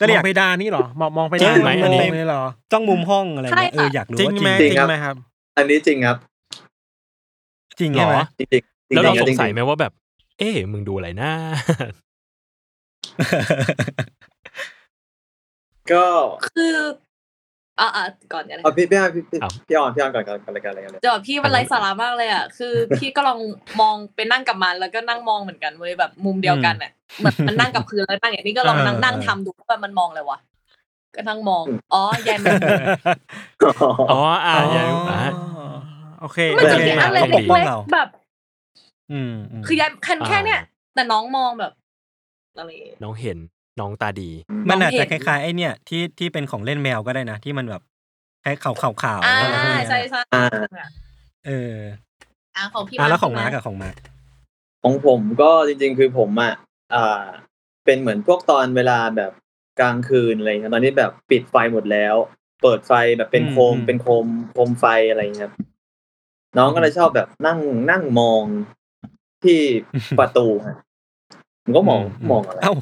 C: ก็
H: ก็
C: เลย
H: มอย
C: อาก
H: งเพดานนี่เหรอมองมองเพ
C: จริ
H: ดาน
C: งไหมอันนี้
H: มงเลยเหรอ
C: จ้องมุมห้องอะไร
E: ใช่
C: เงี้ย
E: ค่ะ
C: เอออยากรู้
H: จริง
C: ว่าจริ
H: ไหมจริ
C: งจริ
H: ง
B: ครั
C: ง
B: บ
H: ไหม
E: <laughs>
H: ครับ
B: อันนี้จริงครับ
C: จริง
D: เหร
C: ใช่ไหม
D: อ
B: จริงๆจริง
D: แล้วเรา
B: ๆ
D: สงสัย
B: จริ
D: ไหม
B: ง
D: ว่าแบบ เอ๊ะมึงดูอะไรนะ
B: ๆก็
E: คืออ่ะอ่ะก่อนกันเลย
B: เอาพี่พี่พี่พี่พี่ออนพี่ออนก่อนก่อนก่อนรายการอะไรกันเลย
E: จะแบบพี่มันไร้สาระมากเลยอ่ะคือ พี่ก็ลองมองไปนั่งกับมันแล้วก็นั่งมองเหมือนกันเว้ยแบบมุมเดียวกันอ่ะเหมือนมันนั่งกับพื้นแล้วนั่งอย่างนี้ก็ลองนั่งนั่งทำดูว่ามันมองอะไรวะก็นั่งมองอ๋อแยายแมงมุม
D: อ๋ออ่าอย่ารู้อ่า
H: โอเค
E: มันจะมี
D: โค
E: อะไร
C: เราป
E: เล็
C: ก
E: ก
C: ป้องเรา
E: ๆแบบ
C: อืมอืม
E: คือยายคันแค่เนี้ย
D: อ่า
E: แต่น้องมองแบบอะไรอย่างเงี้ย
D: น้องเห็นน้องตาดี
C: มันอาจจะค
E: เห็น
C: ล้ายๆไอเนี่ยที่ที่เป็นของเล่นแมวก็ได้นะที่มันแบบคล้ายขาวขาวขาว
E: อ่า
C: อะไรพวกเนี้ย
E: ใช่
C: นะ
E: ใช่
B: อ่า
C: เออ
E: อ่าของพี่
C: อ่ะแล้วของ
E: ใช่ไห
C: มาร์กกับของมาร์ก
B: ของผมก็จริง ๆ คือผมอ่ะอ่า เป็นเหมือนพวกตอนเวลาแบบกลางคืนอะไรครับตอนที่แบบปิดไฟหมดแล้ว เปิดไฟแบบเป็นโคมเป็นโคมโคมไฟอะไรอย่างเงี้ยครับ น้องก็เลยชอบแบบนั่งนั่งมองที่ประตูฮะผมก็มองมองอะไร
C: เอ้า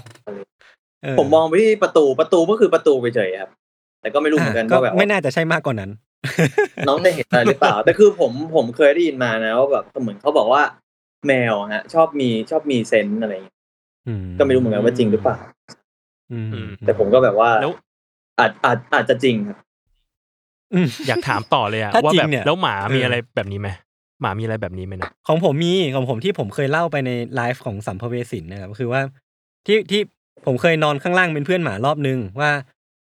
C: เ
B: ผมมองไปที่ประตูประตูก็คือประตูไปเฉยๆครับ แต่ก็ไม่รู้เหมือนกันว่าแบบ
C: ไม่น่าจะใช่มากกว่านั้น
B: น้องจะเห็นอะไรหรือเปล่า แต่คือผมผมเคยได้ยินมานะว่าแบบเหมือนเขาบอกว่า แมวฮะ ชอบมีชอบมีเซนส์อะไรอย่างเงี้ยก็ไม่รู้เหมือนกันว่าจริงหรือเปล่า
C: อืม
D: อืม
B: แต่ผมก็แบบว่า
D: แล้ว
B: อาจอาจอาจจะจริงครับ
C: อืม
D: อยากถามต่อเลยอะ
C: ถ้า
D: ว่า
C: จริ
D: แบ
C: ง
D: บ
C: เนี่ย
D: แล้วหมา
C: เออ
D: มีอะไรแบบนี้ไหมหมามีอะไรแบบนี้ไหมนะ
C: ของผมมีของผมที่ผมเคยเล่าไปในไลฟ์ของสัมภเวสินนะครับคือว่าที่ที่ผมเคยนอนข้างล่างเป็นเพื่อนหมารอบนึงว่า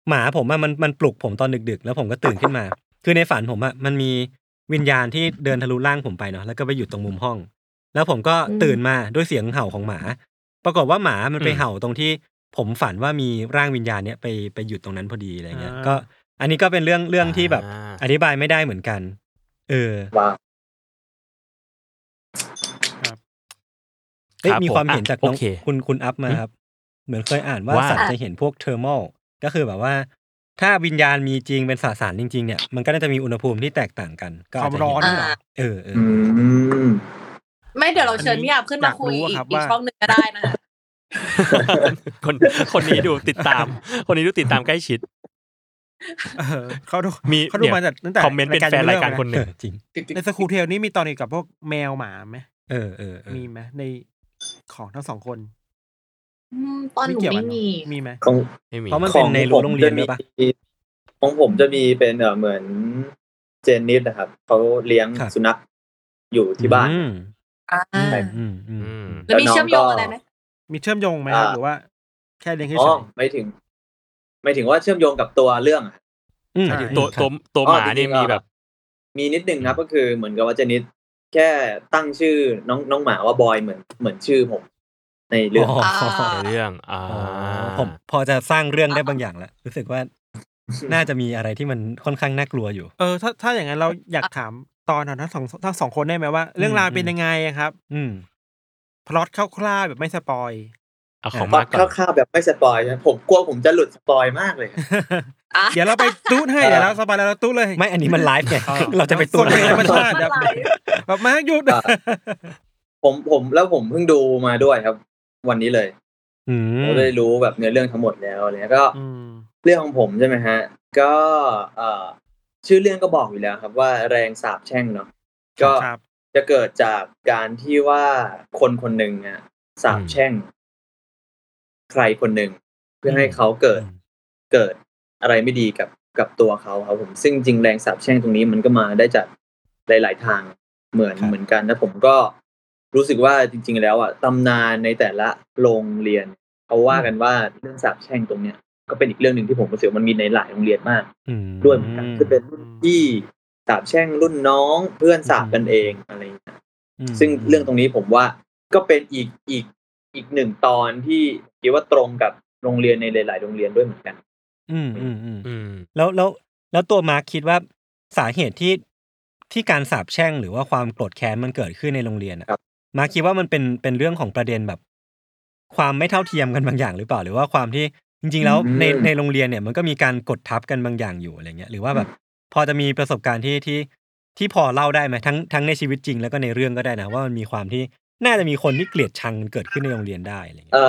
C: หมาผมอะมันมันปลุกผมตอนดึก ๆ แล้วผมก็ตื่นขึ้นมา คือในฝันผมอะมันมีวิญญาณที่เดินทะลุร่างผมไปเนาะแล้วก็ไปอยู่ตรงมุมห้อง แล้วผมก็
E: อืม
C: ตื่นมาด้วยเสียงเห่าของหมา ปรากฏว่าหมามันไป
D: อืม
C: เห่าตรงที่ผมฝันว่ามีร่างวิญญาณเนี้ยไปไปหยุดตรงนั้นพอดีอะไรเงี้ย
H: อ่า
C: ก็ อันนี้ก็เป็นเรื่องเรื่องที่แบบ
D: อ่า
C: อธิบายไม่ได้เหมือนกัน เออ
B: ว่า
C: เอ้ย
D: รับ
C: มีความเห็น
D: ผ
C: จาก
D: โอ
C: น้อง
D: เค
C: คุณคุณอัพมาครับ เหมือนเคยอ่านว่า
D: ว่า
C: สัตว์จะเห็นพวกเทอร์มอลก็คือแบบว่า ถ้าวิญญาณมีจริงเป็นสสารจริง ๆ เนี่ยมันก็น่าจะมีอุณหภูมิที่แตกต่างกัน ก็
H: ความ
C: จจะ
H: ร้อน
C: เห็
H: เหรอ
C: เออเออ
B: อืม
E: ไม่เดี๋ยวเราเชิญพี่อาบขึ้นมาคุย
H: อยากรู้ค
E: อีก
H: รับ
E: อีก
H: ว่า
E: ช่องหนึ่งก็ได้นะ
D: คนคนนี้ดูติดตาม คนนี้ดูติดตามใกล้ชิด
H: เออ <laughs> เขาดู
D: มี
H: เขาดู
D: เนี่ย
H: มาจากตั้งแต่
D: คอมเมนต์เป็นแฟนรายการคนห
C: เอ
D: นึ่ง
C: อจริง
H: ในสกูเทลนี่มีตอนเกี่ยวกับพวกแมวหมาไหม
C: เออเออเออ
H: มีไหมในของทั้งสองคน
E: อืมตอนหนู
H: เกี่ยวกั
E: ไม่
H: นเนอะ
E: มี
H: มีไหม
B: ของ
D: ไม่มี
C: เพราะมันเป็นในรั้วโรงเรียนด้วยปะ
B: ของผมจะมีเป็นเอ่อเหมือนเจนนิสนะครับเขาเลี้ยง
C: ครับ
B: สุนัขอยู่ที่บ้าน
C: อืม
E: อ่า
C: อืมอืม
D: อืม
E: แล้วมีเชื่อมโยงอะไรไหม
H: มีเชื่อมโยงไหมครับ
B: อ่า
H: หรือว่า แค่เลี้ยงให้
B: อ๋
H: เฉ
B: อย ไม่ถึง ไม่ถึงว่าเชื่อมโยงกับตัวเรื่องอะ
C: อืม
H: ใช่
C: อืม
D: ตัว
C: ครับ
D: ตัวตัว
B: อ๋
D: ห
B: อ
D: มา
B: จ
D: เนี่ย
B: ริงๆ
D: มี
B: อ่ะ
D: แบบ
B: มีนิดหนึ่งครับก็คือเหมือนกับว่าเจนนิสแค่ตั้งชื่อน้องน้องหมาว่าบอยเหมือนเหมือนชื่อผม ในเรื่อง
C: อ๋อ
E: อ่า
D: ในเรื่องอ่า
C: อ๋อผมพอจะสร้างเรื่องได้บางอย่างแล้วรู้สึกว่าน่าจะมีอะไรที่มันค่อนข้างน่ากลัวอยู่
H: เออถ้าถ้าอย่างนั้นเราอยากถามตอนของทั้งสองทั้งสองคนได้ไหมว่า เรื่องราวเป็นยังไงอะครับ
C: อืม
H: พล็อตคร่าวๆแบบไม่สปอย
D: เอาของ
B: ตอ
D: มาน ก่อน
B: ข้าวๆแบบไม่สปอยนะผมกลัวผมจะหลุดสปอยมากเลย
E: อ่ะ
H: เดี๋ยวเราไปตู้ให้เดี๋ยวเราสปอยแล้วเราตู้เลย
C: ไม่อันนี้มันไลฟ์ไง
H: อ๋อ
C: เราจะไปตรวจ
H: สดเลยธรรมชาติแบบแบบมาหยุด
B: อ่า ผมผมแล้วผมเพิ่งดูมาด้วยครับ วันนี้เลย
C: อื
B: ผม มได้รู้แบบเนื้อเรื่องทั้งหมดแล้วอะไรเงี้ยก็
H: อืม
B: เรื่องของผมใช่ไหมฮะ ก็เอ่อชื่อเรื่องก็บอกอยู่แล้วครับว่าแรงสาบแช่งเนาะก็
H: ครับ
B: จะเกิดจากการที่ว่าคนคนหนึ่งอะสาบแช่ง ใครคนหนึ่งเพื่อให้เขาเกิดเกิดอะไรไม่ดีกับกับตัวเขาครับผมซึ่งจริงแรงสาบแช่งตรงนี้มันก็มาได้จากหลาย ๆ ทางเหมือนเหมือนกันแล้วผมก็รู้สึกว่าจริง ๆ แล้วอ่ะตำนานในแต่ละโรงเรียนเขาว่ากันว่าเรื่องสาบแช่งตรงเนี้ย ก็เป็นอีกเรื่องหนึ่งที่ผมรู้สึกว่ามันมีในหลายโรงเรียนมาก
C: อืม
B: ด้วยเหมือนกันคือเป็นรุ่นพี่สาบแช่งรุ่นน้องเพื่อนสาบกันเองอะไรอย่างเงี้ย
C: อืม
B: ซึ่งเรื่องตรงนี้ผมว่าก็เป็นอีกอีกอีกหนึ่งตอนที่คิดว่าตรงกับโรงเรียนในหลาย ๆ โรงเรียนด้วยเหมือนกัน
C: อืมอืมอืม
D: อืม
C: แล้วแล้วแล้วตัวมาร์คคิดว่าสาเหตุที่ที่การสาบแช่งหรือว่าความโกรธแค้นมันเกิดขึ้นในโรงเรียนอะ
B: ครับ
C: มาร์คคิดว่ามันเป็นเป็นเรื่องของประเด็นแบบ ความไม่เท่าเทียมกันบางอย่างหรือเปล่าหรือว่าความที่จริง ๆ แล้วในในโรงเรียนเนี่ยมันก็มีการกดทับกันบางอย่างอยู่อะไรเงี้ยหรือว่าแบบ พอจะมีประสบการณ์ที่ที่ที่พอเล่าได้ไหมทั้งทั้งในชีวิตจริงแล้วก็ในเรื่องก็ได้นะ ว่ามันมีความที่น่าจะมีคนที่เกลียดชังกันเกิดขึ้นในโรงเรียนได้อะไรเงี้ย
B: เอ่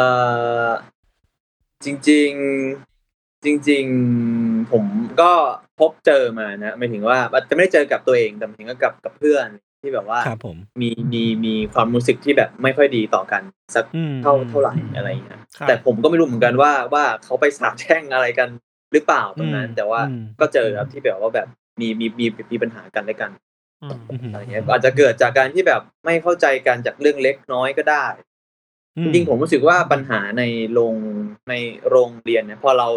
B: อจริง ๆ จริง ๆ ผมก็พบเจอมานะหมายถึงว่าอาจจะไม่ได้เจอกับตัวเองแต่หมายถึงก็กับกับเพื่อนที่แบบว่า
C: ครับผม
B: มีมีมีความรู้สึกที่แบบไม่ค่อยดีต่อกันสัก
C: อืม
B: เท่าเท่าไหร่อะไรเงี้ย
H: ครับ
B: แต่ผมก็ไม่รู้เหมือนกันว่าว่าเขาไปสาบแช่งอะไรกันหรือเปล่าตรงนั้น
C: อืม
B: แต่ว่า
C: อืม
B: ก็เจอครับที่แบบว่าแบบมีมีมีมีปัญหากันและกัน
H: อืม
C: ม
B: อะไรเงี้ยอาจจะเกิดจากการที่แบบไม่เข้าใจกันจากเรื่องเล็กน้อยก็ได้
C: อื
B: จริงๆผมรู้สึกว่าปัญหาในโรงในโรงเรียนเนี่ยพอเรา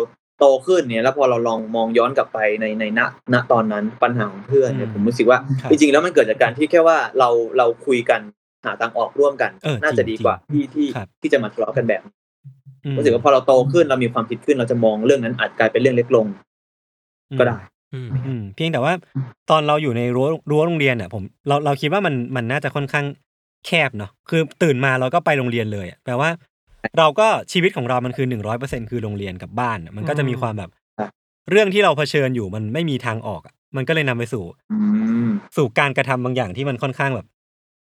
B: โตขึ้นเนี่ย แล้วพอเราลองมองย้อนกลับไปในในณณตอนนั้นปัญหาของเพื่อนเนี่ยผมรู้สึกว่า
C: ครับ
B: จริงๆแล้วมันเกิดจากการที่แค่ว่าเราเราคุยกันหาทางออกร่วมกัน
C: เออ
B: น่าจะดีกว่า
C: จริ
B: ที่
C: งๆ
B: ที่
C: ครับ
B: ที่จะมาทะเลาะกันแบบนี้
C: อืม
B: รู้สึกว่าพอเราโตขึ้นเรามีความผิดขึ้นเราจะมองเรื่องนั้นอาจกลายเป็นเรื่องเล็กลงก็ได้
D: อืม
C: อืมเพียงแต่ว่าตอนเราอยู่ในรั้วรั้วโรงเรียนอ่ะผมเราเราคิดว่ามันมันน่าจะค่อนข้างแคบเนาะคือตื่นมาเราก็ไปโรงเรียนเลยอะแปลว่า เราก็ชีวิตของเรามันคือหนึ่งร้อยเปอร์เซ็นคือโรงเรียนกับบ้านอะมันก็จะมีความแบบ
B: ครับ
C: เรื่องที่เราเผชิญอยู่มันไม่มีทางออกอะมันก็เลยนำไปสู่
B: อืม
C: สู่การกระทำบางอย่างที่มันค่อนข้างแบบ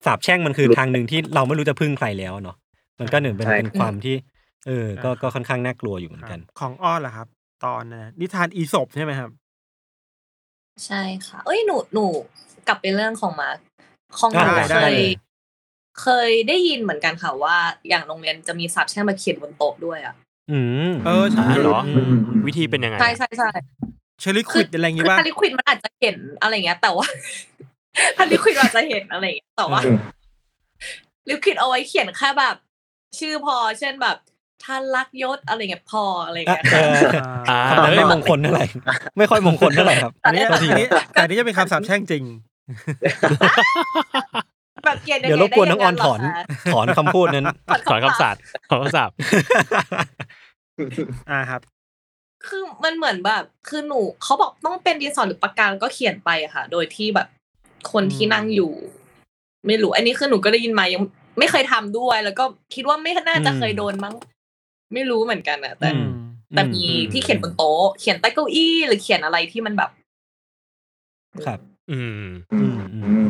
C: สาบแช่งมันคือ
B: หลุด
C: ทางหนึ่งที่เราไม่รู้จะพึ่งใครแล้วเนาะมันก็หนึ่งเป็น
B: ใช่
C: เป็นความที่ เออ ก็ก็ค่อนข้างน่ากลัวอยู่เหมือนกัน
H: ของอ้อนเหรอครับ ตอนนะนิทานอีสบใช่ไหมครับ
E: ใช่ค่ะ เอ้ยหนูหนูกลับไปเรื่องของมาร์คของหนู
H: ได้
E: เค
H: ได้
E: ย
H: เลย
E: เคยได้ยินเหมือนกันค่ะว่า อย่างโรงเรียนจะมีสับแช่งมาเขียนบนโต๊ะด้วยอ่ะ
C: อืม
H: เออใช่
D: อ่าเหรอ
B: อืม
D: วิธีเป็นยังไง
E: ใช่ใช่ใช่
H: เชอรี่ควิดอะไรอย่างงี้
E: คือ
H: ป่ะ
E: ทาริควิดมันอาจจะเห็นอะไรเงี้ย แต่ว่า <laughs> ทาริควิดอาจจะเห็นอะไรเงี้ยแต่ว่า
B: อืม
E: ลิควิดเอาไว้เขียนแค่แบบ ชื่อพอเช่นแบบท่านรักยศอะไรเงี้ยพออะไร
C: อ่ะ
E: เงี้ย
C: เออ
D: อ่า
C: คำนั้น
D: เฮ้ย
C: ไม่มงคลเท่าไหร่ ไม่ค่อยมงคลเท่าไหร่ครับ
H: อันนี้อันนี้แต่อันนี้จะเป็นคำสาปแช่งจริง
E: แบบเกลียดงไง
C: เดี๋ยวรบกวนน้องออนถอน
E: ได้ย่าเหรคะ
C: ถอนคำพูดนั้น
D: ถอนคำสาปถอนคำสาป
H: อ่าครับ
E: คือมันเหมือนแบบ คือหนูเขาบอกต้องเป็นดินสอหรือปากกาแล้วก็เขียนไปอะค่ะ โดยที่แบบคนที่นั่งอยู่ ไม่รู้ อันนี้คือหนูก็ได้ยินมายังไม่เคยทำด้วย แล้วก็คิดว่าไม่น่าจะ
C: อืม
E: เคยโดนมั้งไม่รู้เหมือนกันอะแต่
C: อืม
E: แต่มีที่เขียนบนโต๊ะเขียนใต้เก้าอี้หรือเขียนอะไรที่มันแบบ
C: ครับ
D: อืม
B: อืมอืม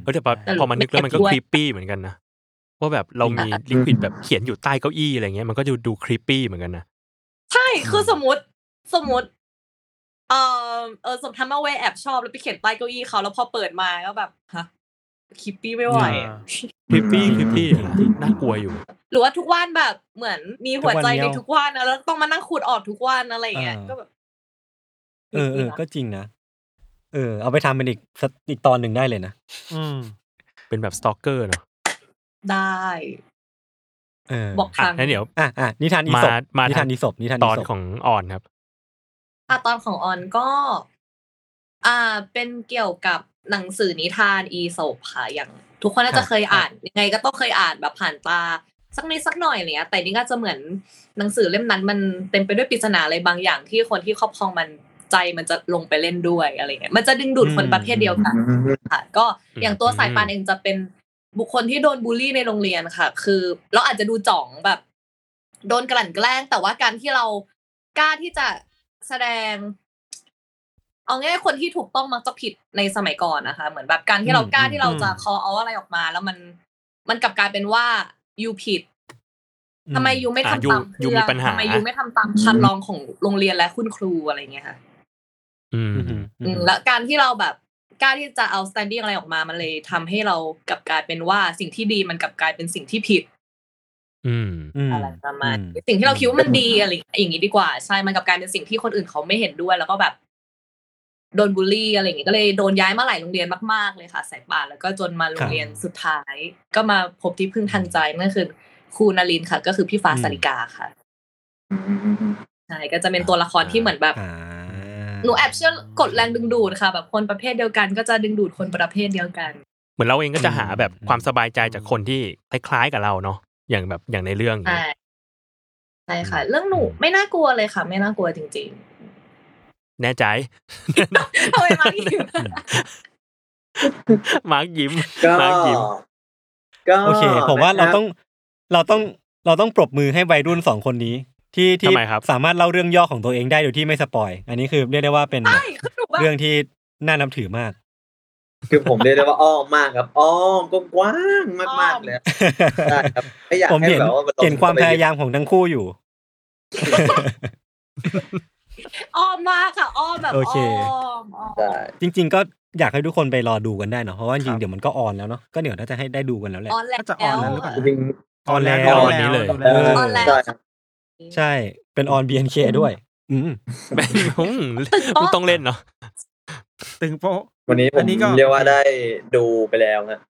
D: เออแต่พอ
E: แต่
D: พอมันนึกแล้ว
E: ไม่
D: มันก็
E: ด้ว
D: ค
E: ย
D: รีปปี้เหมือนกันนะว่าแบบเรามี
B: อ่ะ
D: ลิควิดแบบเขียนอยู่ใต้เก้าอี้อะไรเงี้ยมันก็ดูดูครีปปี้เหมือนกันนะ
E: ใช่คือสมมติสมมติ เออเออสมทำมาเวแอบชอบแล้วไปเขียนใต้เก้าอี้เขาแล้วพอเปิดมาก็แบบฮะคิปปี้ไม่ไหวอะ
H: อ่า
D: คลิปปี้คลิปปี้เนี่ยนะน่ากลัวอยู่
E: หรือว่าทุกวันแบบเหมือนมีหัวใจใน
C: ทุ
E: ทุ
C: ก
E: ก
C: วั
E: วัน น
C: เดียว
E: นะแล้วต้องมานั่งขูดออกทุกวันอะไรอย่างเงี้ย
C: อ่า
E: ก็แบบ
C: เออเออก็จริงนะ เออ เอาไปทำเป็นอีกสักอีกตอนหนึ่งได้เลยนะ
H: อืม
D: เป็นแบบสตอกเกอร์เนาะ
E: ได้
C: เออ
E: บอก
D: อ่ะ
E: ทาง
D: งั้นเดี๋ยว
C: อ่ะอ่ะนิทานอี
D: มา
C: สบ
D: มา
C: นิ
D: นิ
C: ทานอีสบนิทาน
D: ตอน
C: สป
D: ของออนครับ
E: อ่ะตอนของออนก็ อ่าเป็นเกี่ยวกับหนังสือนิทานอีสปค่ะอย่าง ทุกคนน่า
C: ครั
E: จะ
C: บ
E: เคยอ่านยังไงก็ต้องเคยอ่านแบบผ่านตา สักนิดสักหน่อยอะไรเงี้ยแต่นี่ก็จะเหมือนหนังสือเล่มนั้นมันเต็มไปด้วยปริศนาอะไรบางอย่างที่คนที่ครอบครองมันใจมันจะลงไปเล่นด้วยอะไรเงี้ยมันจะดึงดูดคนประเภทเดียวกัน ค่ะก็อย่างตัว
D: อืม
E: สายปานเองจะเป็นบุคคลที่โดนบูลลี่ในโรงเรียนค่ะ คือเราอาจจะดูจ่องแบบ โดนกลั่นแกล้ง แต่ว่าการที่เรากล้าที่จะแสดง เอาง่ายๆคนที่ถูกต้องมักจะผิดในสมัยก่อนนะคะ เหมือนแบบการที่เรากล้าที่เราจะคอเอาอะไรออกมา แล้วมันมันกลับกลายเป็นว่ายูผิดทำไมยูไม่
D: อ่า
E: ทำตาม
D: you-
E: เพื่
D: you
E: อ
D: มี
E: น
D: ปัญหา
E: ทำไมยูไม่ทำตามคำร้องของโรงเรียนและคุณครูอะไรอย่างเงี้ยค่ะ
D: อืม
C: อืมอืม
E: อืมและการที่เราแบบกล้าที่จะเอา standing อะไรออกมา มันเลยทำให้เรากลับกลายเป็นว่าสิ่งที่ดีมันกลับกลายเป็นสิ่งที่ผิด
D: อืม
C: ม
E: อะไรประมาณ
C: อื
E: นี้สิ่งที่เราคิดว่ามันดีอะไรอย่างนี้ดีกว่า ใช่ มันกลับกลายเป็นสิ่งที่คนอื่นเขาไม่เห็นด้วย แล้วก็แบบโดนบูลลี่อะไรอย่างนี้ก็เลยโดนย้ายมาหลายโรงเรียนมากๆเลยค่ะ สายป่านแล้วก็จนมาโรงเรียนสุดท้าย ก็มาพบที่พึ่งทางใจนั่นคือครูนารินทร์ค่ะ ก็คือพี่ฟ้า
C: อืม
E: สาริกาค่ะใช่ก็จะเป็นตัวละครที่เหมือนแบบ
C: อ่า
E: หนูแอบเชื่อกฎแรงดึงดูดค่ะ แบบคนประเภทเดียวกัน ก็จะดึงดูดคนประเภทเดียวกัน
D: เหมือนเราเองก็จะหาแบบความสบายใจจากคนที่คล้ายๆกับเราเนาะอย่างแบบอย่างในเรื่องเนี่
E: ใช่
D: ย
E: ใช่ค่ะ เรื่องหนูไม่น่ากลัวเลยค่ะ ไม่น่ากลัวจริง
D: แน่ใจ <laughs>
E: ๆทำไมมาที่
D: มาร์กยิ้ม
B: ก็
D: มาร์กยิ้ม
B: ก็
C: โอเค ผมว่าเรา
B: นะครับ
C: ต้องเราต้องเราต้องปรบมือให้วัยรุ่นสองคนนี้ ที่ที่
D: ทำไมครับ
C: สามารถเล่าเรื่องย่อของตัวเองได้โดยที่ไม่สปอย อันนี้คือเรียกได้ว่าเป็น
E: ใช่คือหนูแบบ
C: เรื่องที่น่านับถือมาก
B: คือผมเรียกได้ว่าอ้อมมากครับ อ้อมกว้างมากมากๆเลยได้ครับไม่อยาก
C: ผม
B: ให้
C: เห็น
B: แบบว่า
C: เห็นความพยายามของทั้งคู่อยู่
E: อ้อมมากค่ะ อ้อมแบบ
C: โอ
E: อ้
C: เค
E: อมอ้อม
B: ได้
C: จริง ๆ ก็อยากให้ทุกคนไปรอดูกันได้เนาะเพราะว่าจ
H: ครั
C: ริง
H: บ
C: ๆเดี๋ยวมันก็ออนแล้วเนาะก็เดี๋ยวน่าจะให้ได้ดูกันแล้วแหละ
E: ออนแล้ว
H: น่าจะออนแล้วหรือเปล่า
B: จริง
C: ออนแล้ว
H: ดู
D: วันนี้เลย
H: ดูแว
C: เออ
E: ออนแล้ว
B: ใช่
E: ค่ะ
C: ใช่เป็นออน BNK ด้วย อืม
D: แบบอืมมึงต้องเล่นเนาะ
H: ตึงโป๊ะ
B: วันนี้ผ
H: อั
B: ม
H: นนี้ก็
B: เรียกว่าได้ดูไปแล้วฮะ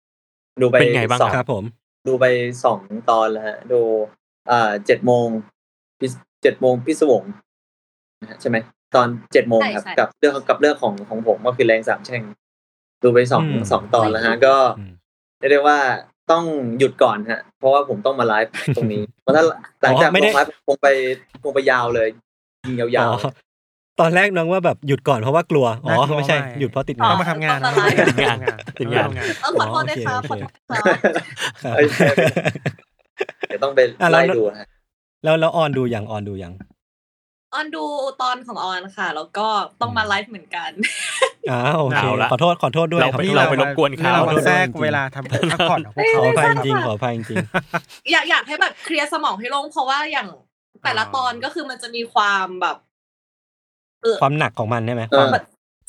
B: ดูไป
D: เป็นไงบ้าง
B: สอ
D: ครับ
C: ครับผม
B: ดูไปสองตอนแล้วฮะ ดูอ่าเจ็ดโมงพิศเจ็ดโมงพิศวงนะฮะใช่ไหมตอนเจ็ดโมงครับ กับเรื่องกับเรื่องของของผมก็คือแรงสามแช่ง ดูไปสอง
C: อืม
B: สองตอนแล้วฮะ ก็
C: อืม
B: เรียกได้ว่าต้องหยุดก่อนฮะ เพราะว่าผมต้องมาไลฟ์ตรงนี้ <laughs> เพราะถ้าหลังจากลงไลฟ์คงไปคงไปยาวเลยยิงยา
C: อ๋
B: ว
C: อ
B: ๆ
C: ตอนแรกน้องว่าแบบหยุดก่อนเพราะว่ากลัวอ๋อ
H: น่ากลัว
C: ไม่ใช่
H: ไม่
C: หยุดเพราะติด
H: ต้
C: งา
H: อน งมาทำงานนะ
D: ติดงานติดงาน
H: ต้องมทำงาน
E: เออขอโทษ
C: อ๋อโอ
E: นะ
C: เค
E: คะ
C: โอเค
E: ขอโทษ
C: ค
E: นะคะ
C: รับ
B: เอ้ยเดี๋ยวต้องไป
C: อ่ะแล้ว
B: ไล่ดูฮะ
C: แล้วแล้วออนดูยังออนดูยัง
E: ออนดูตอนของออนค่ะ แล้วก็ต้องมาไลฟ์เหมือนกัน
C: อ้าวโอเค
D: เอาละ
C: ขอโทษขอโทษด้วย
D: เรา
C: ขอ
D: ไป
C: โทษ
D: เราไป รบวนเขา
H: นี่เรามาแทรก
C: จริงๆ
H: เวลาทำพักผ่อนของพวก
C: ข
H: เขา
C: ออภัยจริงๆขออภัยจริง
E: อยากอยากให้แบบเคลียร์สมองให้โล่งเพราะว่าอย่างแต่ละตอนก็คือมันจะมีความแบบ
C: ความหนักของมันใช่ไหม
B: เอ
C: ความ
B: อ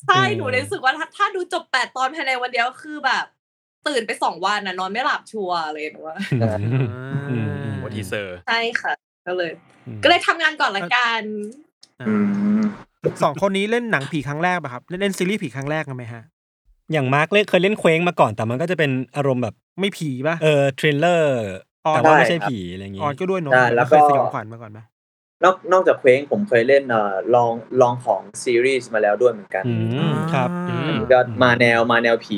E: ใช่
C: อืม
E: หนูเลยรู้สึกว่าถ้าถ้าดูจบแปดตอนภายในวันเดียวคือแบบ ตื่นไปสองวันนะนอนไม่หลับชัวร์เลยหนูว่า
C: อืมอืมอืม
H: โอ้
D: ทีเซอร์
E: ใช่ค่ะ ก็เลย
C: อืม
E: ก็เลยทำงานก่อนละกัน
B: อืม
H: สองคนนี้เล่นหนังผีครั้งแรกป่ะครับ เล่นเล่นซีรีส์ผีครั้งแรกกันไหมฮะ
C: อย่างมาร์กเล่นเคยเล่นเคว้งมาก่อนแต่มันก็จะเป็นอารมณ์แบบ
H: ไม่ผีป่ะ
C: เออทริลเลอร์
H: ออน
C: แต่ว่าไม่ใช่ผีอะไรอย่างงี้
H: ออนก็ด้วยเนอะ
B: ได้แล้วก็
H: เคยสยองขวัญมาก่อนไหม
B: นอกนอกจากเคว้งผมเคยเล่นเอ่อลองลองของซีรีส์มาแล้วด้วยเหมือนกัน
C: อืมครับ
H: อ่า
D: อืม
B: ก็มาแนวมาแนวผี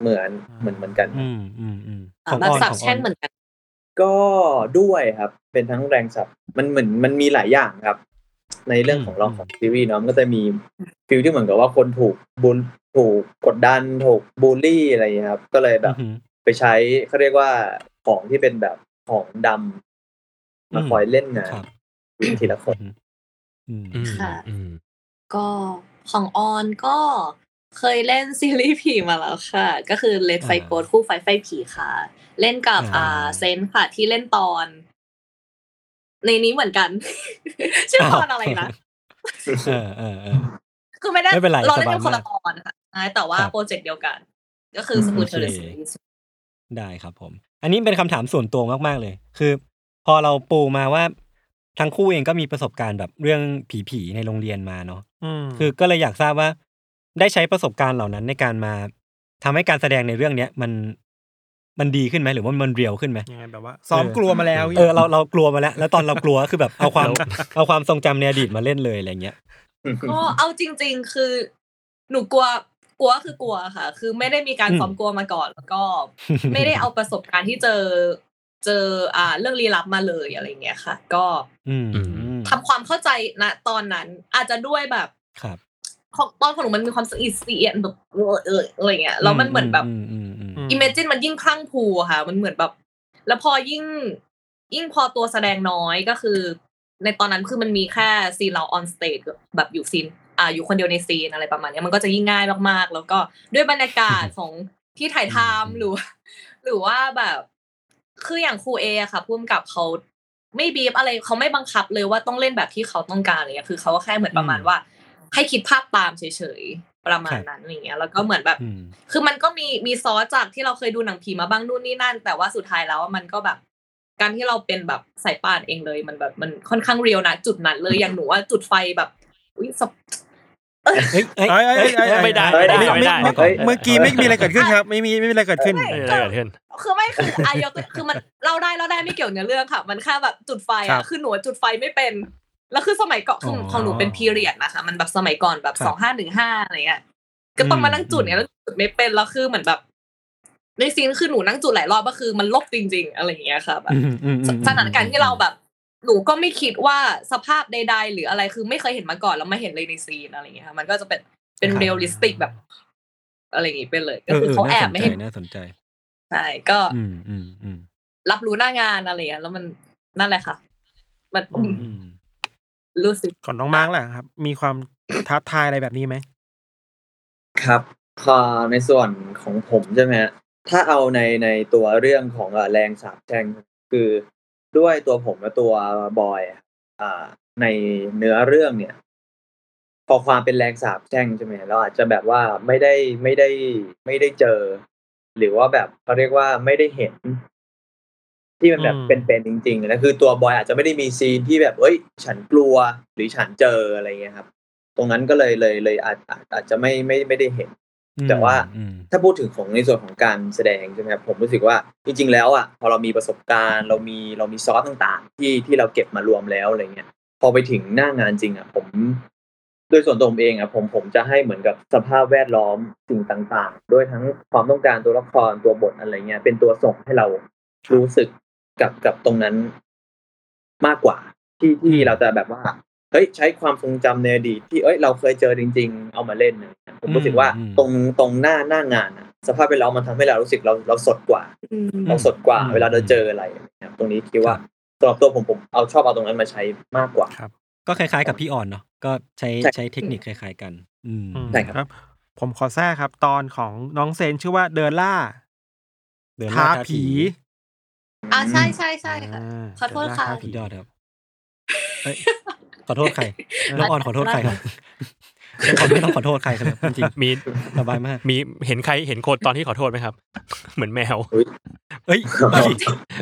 B: เหมือนเหมือนเหมือนกัน
C: อืมอืมอืม
E: อ่าแบ
C: อบ อน
E: สับ
C: ของอ
E: แช่
C: อน น
E: เหมือนกัน
B: ก็ด้วยครับ เป็นทั้งแรงสับมันเหมือนมันมีหลายอย่างครับ ในเรื่องของลองของซีรีส์เนาะมันก็จะมีฟิลที่เหมือนกับว่าคนถูกบูลถูกกดดันถูกบูลลี่อะไรอย่างเงี้ยครับ ก็เลยแบบ
C: อืม
B: ไปใช้เขาเรียกว่าของที่เป็นแบบของดำมา
C: อืม
B: คอยเล่นงาน
C: ครับ
B: ทีละคน
C: อืม
D: อืม
E: ค่ะ
D: อืม
E: ก็ของออนก็เคยเล่นซีรีส์ผีมาแล้วค่ะ ก็คือเลดไฟโกดคู่ไฟไฟผีค่ะ เล่นกับ
C: อ่า
E: อ่าเซนค่ะที่เล่นตอน ในนี้เหมือนกัน <laughs> ชื่อตอนอะไรนะ
C: เออเออเออ
E: คือไม่ได้
C: ไม่เป็นไร
E: เราเล่นเป็น
C: สบายมาก
E: คนละตอนค่ะใช่แต่ว่า
C: ครับ
E: โปรเจกต์เดียวกัน ก็คือส
C: โอ
E: มุด
C: เค
E: เทอร์ซีส
C: ได้ครับผม อันนี้เป็นคำถามส่วนตัวมาก ๆ เลย คือ พอเราปูมาว่าทั้งคู่เองก็มีประสบการณ์แบบเรื่องผีๆในโรงเรียนมาเนาะ
H: อืม
C: คือก็เลยอยากทราบว่า ได้ใช้ประสบการณ์เหล่านั้นในการมาทำให้การแสดงในเรื่องเนี้ยมันมันดีขึ้นไหมหรือว่ามันเรียวขึ้นไหม
H: ยังไงแบบว่าซ้อมกลัวมาแล้ว
C: เออเราเรากลัวมาแล้ว แล้วตอนเรากลัวก็คือแบบเอาความ
H: <laughs>
C: เอาความทรงจำในอดีตมาเล่นเลยอะไรเงี้ย
E: ก็เอาจริง ๆ คือ หนูกลัวกลัวคือกลัวค่ะ คือไม่ได้มีการ
C: อืม
E: ซ้อมกลัวมาก่อนแล้วก็ ไม่ได้เอาประสบการณ์ที่เจอเจออ่าเรื่องลี้ลับมาเลยอะไรอย่างเงี้ยค่ะ ก็
C: อืม
E: ทำความเข้าใจนะตอนนั้นอาจจะด้วยแบบ
C: ครับ
E: ของตอนของหนูมันมีความละเอียดละเอียดแบบเออเอออะไรเงี้ยแล้วมันเหมือนแบบ
C: มอืมอืมอืม
E: อิมเมจินมันยิ่งพลั่งพรูอะค่ะ มันเหมือนแบบ แล้วพอยิ่งยิ่งพอตัวแสดงน้อยก็คือ ในตอนนั้นคือมันมีแค่ซีนเราออนสเตจแบบอยู่ซีนอ่าอยู่คนเดียวในซีนอะไรประมาณเนี้ยมันก็จะยิ่งง่ายมากๆ แล้วก็ด้วยบรรยาก <laughs> าศ ของที่ถ่ายทำหรือว่าหรือว่าแบบ คืออย่างครูเออะค่ะพุ่มกับเขาไม่บีบอะไรเขาไม่บังคับเลยว่าต้องเล่นแบบที่เขาต้องการอะไรเลยคือเขาก็แค่เหมือนประมาณว่า ให้คิดภาพตามเฉยๆประมาณนั้นอย่างเงี้ยแล้วก็เหมือนแบบ
C: อืม
E: คือมันก็มีมีซอสจากที่เราเคยดูหนังผีมาบ้างนู่นนี่นั่น แต่ว่าสุดท้ายแล้วอะมันก็แบบ การที่เราเป็นแบบสายป่านเองเลยมันแบบมันค่อนข้างเรียวนะจุดนั้นเลยอย่างหนูว่าจุดไฟแบบอุ้ยสับ
C: เฮ้ยเฮ้ย
H: เอ้ยเอ้ยเอ้ยเอ้ย
D: ไม่ได้
B: เฮ้ย
D: ไม่ได้
B: เฮ้ย
D: ไม่ได้
B: เฮ้ย
H: เมื่อกี้ไม่มีอะไรเกิดขึ้นครับ ไม่มีไม่มีอะไรเกิดขึ้น
D: ไม่ได้เกิดขึ้น
E: คือไม่คือ <laughs> อายกตัวคือมันเล่าได้เล่าได้ไม่เกี่ยวเนื้อเรื่องค่ะ มันแค่แบบจุดไฟ
H: ครั
E: อ่ะ
H: บ
E: คือหนูจุดไฟไม่เป็น แล้วคือสมัยก่อนคือของหนูเป็นพีเรียดนะคะมันแบบสมัยก่อนแบบ
C: ครับ
E: สองห้าหนึ่งห้าอะไรเงี้ยก็ต้องมานั่งจุดเนี่ยแล้วจุดไม่เป็นแล้วคือเหมือนแบบ ในซีนคือหนูนั่งจุดหลายรอบก็คือมันลบจริง ๆ อะไรอย่างเงี้ยค่ะแบบ
C: อืมอืมอืม
E: สถานการณ์ที่เราแบบ หนูก็ไม่คิดว่าสภาพใด ๆ หรืออะไรคือไม่เคยเห็นมาก่อนแล้วมาเห็นเลยในซีนอะไรอย่างเงี้ยค่ะมันก็จะเป็นเป็น
C: ครับ
E: เรียลลิสติกแบบ อะไรอย่างงี้ไปเลยก็
C: เออ
E: คือ
C: เออ
E: เขาแอ
C: น่าส
E: บ
C: น
E: ไม่
C: ใจ
E: ให้
C: น่าสนใจ
E: ใช่ก็
C: อืมอืมอืม
E: รับรู้หน้างานอะไรอย่างเงี้ยแล้วมันนั่นแหละค่ะ มัน
H: อืม
C: อืม
E: รู้สึก
H: ก่อนน้องมาร์กแหละครับ มีความท้าทายอะไรแบบนี้ไหม
B: ครับพอในส่วนของผมใช่ไหมฮะถ้าเอาในในตัวเรื่องของเอ่อแรงสาบแช่งคือด้วยตัวผมและตัวบอยอะอ่าในเนื้อเรื่องเนี่ย พอความเป็นแรงสาบแช่งใช่ไหมเราอาจจะแบบว่าไม่ได้ไม่ได้ไม่ได้เจอ หรือว่าแบบเขาเรียกว่าไม่ได้เห็น ที่มันแบบเป็นๆจริงๆนะคือตัวบอยอาจจะไม่ได้มีซีนที่แบบ เอ้ย ฉันกลัวหรือฉันเจออะไรอย่างเงี้ยครับ ตรงนั้นก็เลยเลยเลยอาจอาจอาจจะไม่ไม่ไม่ได้เห็น แต่ว่า
C: อืม
B: ถ้าพูดถึงของในส่วนของการแสดงใช่ไหมครับผมรู้สึกว่าจริง ๆ แล้วอ่ะพอเรามีประสบการณ์เรามีเรามีซอสต่างๆ ที่ที่เราเก็บมารวมแล้วอะไรเงี้ยพอไปถึงหน้างานจริงอ่ะผมโดยส่วนตัวผมเองอ่ะผมผมจะให้เหมือนกับสภาพแวดล้อมสิ่งต่างๆ ด้วยทั้งความต้องการตัวละครตัวบทอะไรเงี้ยเป็นตัวส่งให้เรารู้สึกกับกับตรงนั้นมากกว่า ที่ที่เราจะแบบว่า เฮ้ยใช้ความทรงจำในอดีตที่เอ้ยเราเคยเจอจริง ๆ เอามาเล่นเนี่ยผมรู้สึกว่าตรงตรงหน้าหน้างานอะสภาพแวดล้อมมันทำให้เรารู้สึกเราเราสดกว่า เราสดกว่า เวลาเราเจออะไรนะครับตรงนี้คิดว่าสำหรับตัวผมผมเอาชอบเอาตรงนั้นมาใช้มากกว่า
H: ครับ
C: ก็คล้ายๆกับพี่อ่อนเนาะก็ใช้
B: ใช่
C: ใช้เทคนิคคล้าย ๆ กัน อืม
B: ใช่ครับ
H: ผมขอแทรกครับ ตอนของน้องเซนชื่อว่าเดินล่า
C: เดินล่า
H: ท้า
C: ท้าผี
H: ผี
E: อ่าใช่ใช่ใช่ค่ะ
H: อ่า
E: ขอโทษ
H: เดินล่า
E: ค่ะ
H: ท้า
C: สุ
H: ผี
C: ดยอดครับเอ้ยขอโทษใคร น้องออนขอโทษใครครับน้องอ <laughs> อนไม่ต้องขอโทษใครครับจริงๆ
D: มี
C: สบายมาก
D: มีเห็นใครเห็นโคดตอนที่ขอโทษไหมครับ <laughs> เหมือนแมว
C: เอ้ย
D: เฮ้ย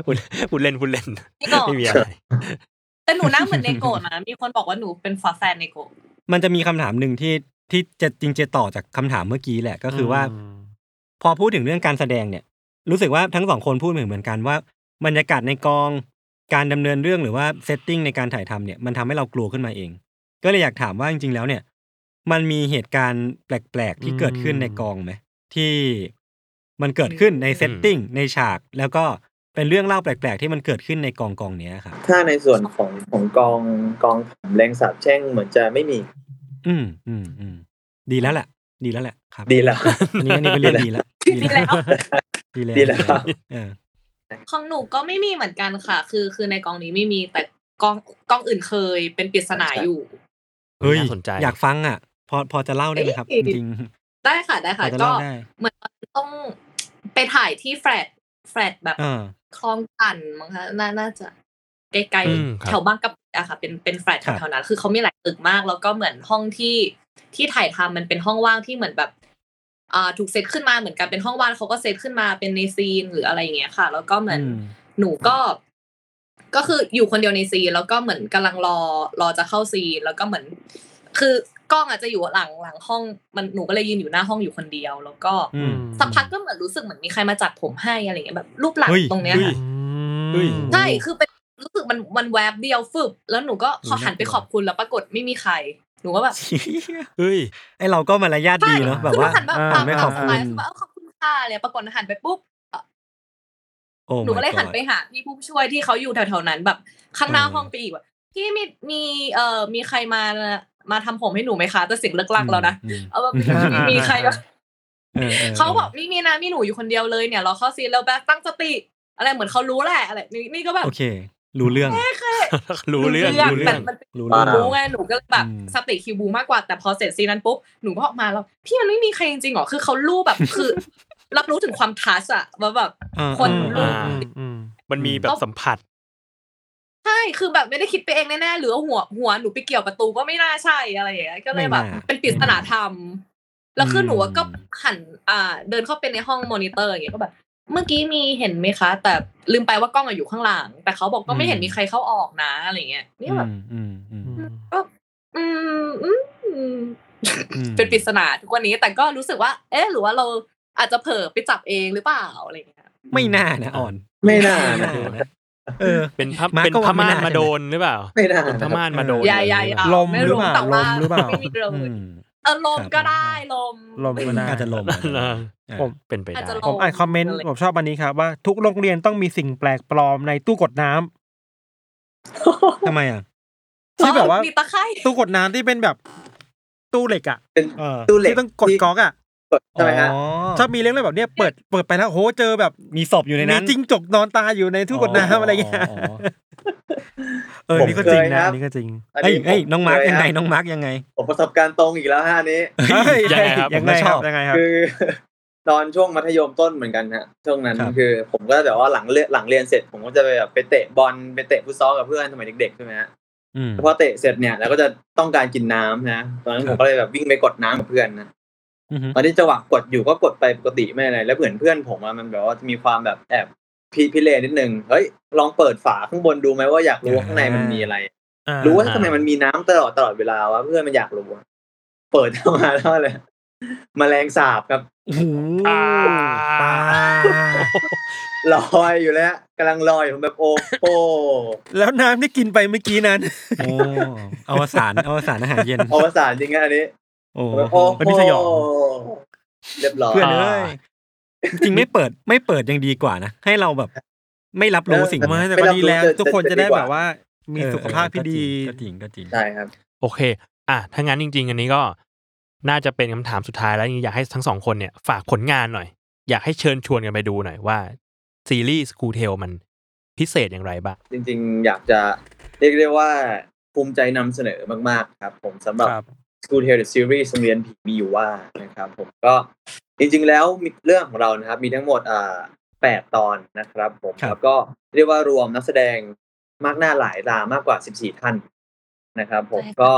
D: พูดพูดเล่นพูดเล่น
E: นี่ก่อน
D: ไม่มีอะไร
E: แต่หนูหน้าเหมือนเนโกะนะ
C: <laughs>
E: มีคนบอกว่าหนูเป็นฝาแฝดเนโกะ
C: มันจะมีคำถามหนึ่งที่ที่จะจริงๆจะต่อจากคำถามเมื่อกี้แหละก็คือว่า พอพูดถึงเรื่องการแสดงเนี่ย รู้สึกว่าทั้งสองคนพูดเหมือนเหมือนกันว่าบรรยากาศในกองการดำเนินเรื่องหรือว่าเซตติ้งในการถ่ายทำเนี่ยมันทำให้เรากลัวขึ้นมาเอง ก็เลยอยากถามว่าจริงๆแล้วเนี่ย มันมีเหตุการณ์แปลกๆที่เกิดขึ้นในกองไหมที่ มันเกิดขึ้นในเซตติ้ง
D: อืม
C: ในฉาก แล้วก็เป็นเรื่องเล่าแปลกๆ ที่มันเกิดขึ้นในกองกองเนี้ยครับ
B: ถ้าในส่วนของของกองกองแรงสาบแช่งเหมือนจะไม่มี
C: อืมอืมอืมดีแล้วแหละ ดีแล้วแหละครับ
B: ดีแล้ว <laughs>
C: อันนี้อันนี้เป็นเรื่องดีแล้ว
E: ดีแล้ว
C: ดีแล้ว
B: ดีแล้ว
C: เออ
E: ของหนูก็ไม่มีเหมือนกันค่ะ คือคือในกองนี้ไม่มีแต่กองกองอื่นเคยเป็นปริศนาอยู่
C: เฮ้ย
D: น่าสนใจ
C: อยากฟังอ่ะ พอพอจะเล่าได้ไหม
E: <laughs>
C: ครับ
E: เอ้
C: จ
E: ย
C: ริง
E: ได้ค่ะได้ค่ะ
C: พอจะ
E: ก็
C: เล่าได้
E: เหมือนต้องไปถ่ายที่แฟลตแฟลตแบบ
C: ๆเออ
E: คลองตันมั้งคะน่าน่าจะใกล้
D: อืมครับ
E: ๆแถวบางกะปิอะค่ะ เป็นเป็นแฟลต
C: ครับ
E: แถวๆนั้นคือเขามีหลายตึกมาก แล้วก็เหมือนห้องที่ที่ถ่ายทำมันเป็นห้องว่างที่เหมือนแบบอ่าถูกเซตขึ้นมาเหมือนกันเป็นห้องว่างแล้วเขาก็เซตขึ้นมาเป็นในซีนหรืออะไรอย่างเงี้ยค่ะ แล้วก็เหมือน
C: อืม
E: หนูก็ก็คืออยู่คนเดียวในซีนแล้วก็เหมือนกำลังรอรอจะเข้าซีนแล้วก็เหมือน คือกล้องอาจจะอยู่หลังหลังห้องมันหนูก็เลยยืนอยู่หน้าห้องอยู่คนเดียว แล้วก็
C: อืม
E: สักพักก็เหมือนรู้สึกเหมือนมีใครมาจับผมให้อะไรเงี้ยแบบรูปหลัง
C: เฮ้ย
E: ตรงเนี้ย
C: เฮ้ย เฮ้ย
E: ใช่คือเป็นรู้สึกมันมันแวบเดียวฟึบแล้วหนูก็ขอหันไปขอบคุณแล้วปรากฏไม่มีใคร หนูก็แบบ
D: เฮ้ย <laughs>
C: ไอเราก็มารยาทดีเนาะแบบว่า
E: คือหนูหันมา
C: หั
E: ปาน ก
C: ไม่ขอบคุ
E: ปา
C: ณ
E: กสบายๆคือแบบเอ้าขอบคุณค่ะเลยปรากฏหันไปปุ๊บ
C: โอ้
E: หนูก็เลย
C: my
E: หันไป
C: god
E: หาพี่ผู้ช่วยที่เขาอยู่แถวๆนั้นแบบข้างหน้า
C: เออ
E: ห้องไปอีกแบบพี่มีมีเอ่อมีใครมามาทำผมให้หนูไหมคะจะเสียงเลิกลักแล้วนะ
C: อืม
E: เอาแบบ
C: อืม
E: มี
C: <laughs>
E: มีใครวะ
C: ออออ
E: เขาบอกไม่มีนะมีหนูอยู่คนเดียวเลยเนี่ยเราเข้าซีนแล้วแบกตั้งสติ อะไรเหมือนเขารู้แหละอะไรนี่นี่ก็แบบ
C: โอเค รู้เรื่อง
D: รู้เรื่องรู้
E: แบ
D: เรื่อบ ง
E: มันเป็น
C: รู้เรื่อง
E: รู้ไงหนูก็เลยแบบ
C: อืม
E: สติคิวบูมากกว่าแต่พอเสร็จซีนนั้นปุ๊บหนูก็ออกมาแล้วพี่มันไม่มีใครจริงๆหรอคือเขารู้แบบ <laughs> คือ รับรู้ถึงความทัสอะว่าแบบ
C: เออ
E: คน
C: เอ
E: รู้
C: อ
D: อ่า
H: อืม
D: มันมีแบบสัมผัส
E: ใช่ คือแบบไม่ได้คิดไปเองแน่ๆ หรือว่าหัวหัวหนูไปเกี่ยวประตูก็ไม่น่าใช่อะไรอย่างเงี้ย ก็เลยแบบ
C: ไม่น่า
E: เป็นปริศนาธรรม แล้วคือหนูอะ
C: อืม
E: ก็หันอ่า เดินเข้าไปในห้องมอนิเตอร์อย่างเงี้ยก็แบบ เมื่อกี้มีเห็นไหมคะ แต่ลืมไปว่ากล้องอะอยู่ข้างหลัง แต่เขาบอกก็ไม่เห็นมีใครเข้าออกนะอะไรเงี้ย นี่
C: อื
E: แบบ
C: มอืมอืม
E: อืมอืมอืม
C: อืม
E: เป็นปริศนาทุกวันนี้ แต่ก็รู้สึกว่า เอ๊ะ หรือว่าเราอาจจะเผลอไปจับเองหรือเปล่าอะไรเงี้ย
C: ไม่น่านะอ่อน
B: ไม่น่า
C: ไม่
B: นะ
C: น่านะเออ
D: เป็นพระ
C: มาร์ค
D: เป็น
C: ก็
D: พ
C: ว่าไม่
D: ม่าน
C: น่า
D: มาโดนหรือเปล่า
B: ไม่น่า
D: เป็นพ
B: นะ
D: ม่านมาโดน
E: ยายยาย
D: หรือเป
E: อ่ะ
D: ล่า
H: ลม
E: ไม่
H: หรือ
E: รู้
H: เปล่า
E: แต่ว่า
H: ลมหรือเปล่า
E: ไม่มีเล
C: อื
E: ย
C: ม
E: เออลม
C: ครับ
E: ก็ได้ลม
H: ลมก็ได้
C: อาจจะลมอาจจะลมเออ
H: ผม
D: เป็นไป
E: อาจ
D: ได้
E: จะล
H: ผมอ่านคอมเมนต์ผมชอบอันนี้ครับว่าทุกโรงเรียนต้องมีสิ่งแปลกปลอมในตู้กดน้ำ <laughs>
C: ทำไมอ่ะ
H: ที่แบบว่า
E: อ๋อตะไคร้
H: ตู้กดน้ำที่เป็นแบบตู้เหล็กอ่ะ
B: เป็น
H: เออ
B: ตู้เหล็ก
H: ที่ต้องกดก๊อกอ่ะ
B: กดใช่ไหมฮะ
C: อ๋อ
H: ชอบมีเรื่องอะไรแบบเนี้ยเปิดเปิดไปแล้วโหเจอแบบ
C: มีศพอยู่ในนั้น
H: มีจิ้งจกนอนตายอยู่ในตู้กดน้ำอะไรเงี้ย
C: อ๋อ
H: เออ
B: ผม
H: นี่ก็จริง
B: เคยครั
H: นะ
B: บ
H: อันนี่ก็จริง
B: อัน
C: เอ้ย
B: นี้
C: เอ้ยน้องมาร์ก
B: ผ
C: ยังไง
B: เคฮะ
C: น้องมาร์กยังไง
B: ผมประสบการณ์ตรงอีกแล้วฮะอันนี้
H: เฮ้
D: ยังไงครับ
H: ยังไง
C: ผมก็
H: ค
C: ช
H: รับ
C: อ
H: บ ยังไงครับ
B: คือ <laughs> ตอนช่วงมัธยมต้นเหมือนกันฮะช่วงนั้น
C: ครับ
B: คือ ผมก็แบบว่าหลังเรียนหลังเรียนเสร็จ ผมก็จะไปแบบไปเตะบอลไปเตะฟุตซอลกับเพื่อนสมัยเด็กๆใช่ไหมฮะ
C: อืม
B: พอเตะเสร็จเนี่ยเราก็จะต้องการกินน้ำนะตอนนั้น
C: ค
B: ผ
C: รับ
B: มก็เลยแบบวิ่งไปกดน้ำกับเพื่อนนะ
C: อืม
B: ตอนที่จังหวะกดอยู่ก็กดไปปกติไม่อะไรแล้วเหมือนเพื่อนผมอะมันแบบว่ามีความแบบแอบพิพิเรนนิดนึงเฮ้ยลองเปิดฝาข้างบนดูไหมว่าอยากรู้ว่าข้างในมันมีอะไร รู้ว่าทำไมมันมีน้ำตลอดตลอดเวลาวะเพื่อนมันอยากรู้อะเปิดเข้ามาแล้วเลยแมลงสาบครับ
C: โอ้โห
D: อ่า
C: ปลา
B: ลอยอยู่แล้วกำลังลอยผมแบบโอ้โห <laughs>
H: แล้วน้ำที่กินไปเมื่อกี้นั้น
C: โอ้อวสานอวสานอาหารเย็น
B: อวสานจริงนะอันนี้
C: โอ้
B: ผมแบบโอ้โห
H: วันนี้สยอง
B: เรียบร้อย
C: เพื่อนเอ้ยจริงๆไม่เปิดไม่เปิดยังดีกว่านะ ให้เราแบบ ไม่รับรู้สิ่ง
H: ไม่
C: นี้
H: แต่ก็ดีแล้วทุกคนจะได้แบบว่ามี
C: เออ
H: สุขภาพที่ดี
C: ก็จริงก็จริงก็จริง
B: ใช่ครับ
D: โอเค อ่ะถ้างั้นจริง ๆ อันนี้ก็น่าจะเป็นคำถามสุดท้ายแล้วอยากให้ทั้งสองคนเนี่ย ฝากผลงานหน่อย อยากให้เชิญชวนกันไปดูหน่อยว่า ซีรีส์คูเทลมันพิเศษอย่างไรบ้าง
B: จริง ๆ อยากจะเรียกได้ว่าภูมิใจนำเสนอมาก ๆ ครับผมสำหรับ
H: ครับ
B: School Tale The Series โรงเรียนผีมีอยู่ว่านะครับผมก็จริง ๆ แล้วมีเรื่องของเรานะครับ มีทั้งหมดอ่าแปดตอนนะครับผม
C: ครับ
B: แล้วก็เรียกว่ารวมนักแสดงมากหน้าหลายตามากกว่าสิบสี่ท่านนะครับผม
E: ใช่ค่ะ
B: ก็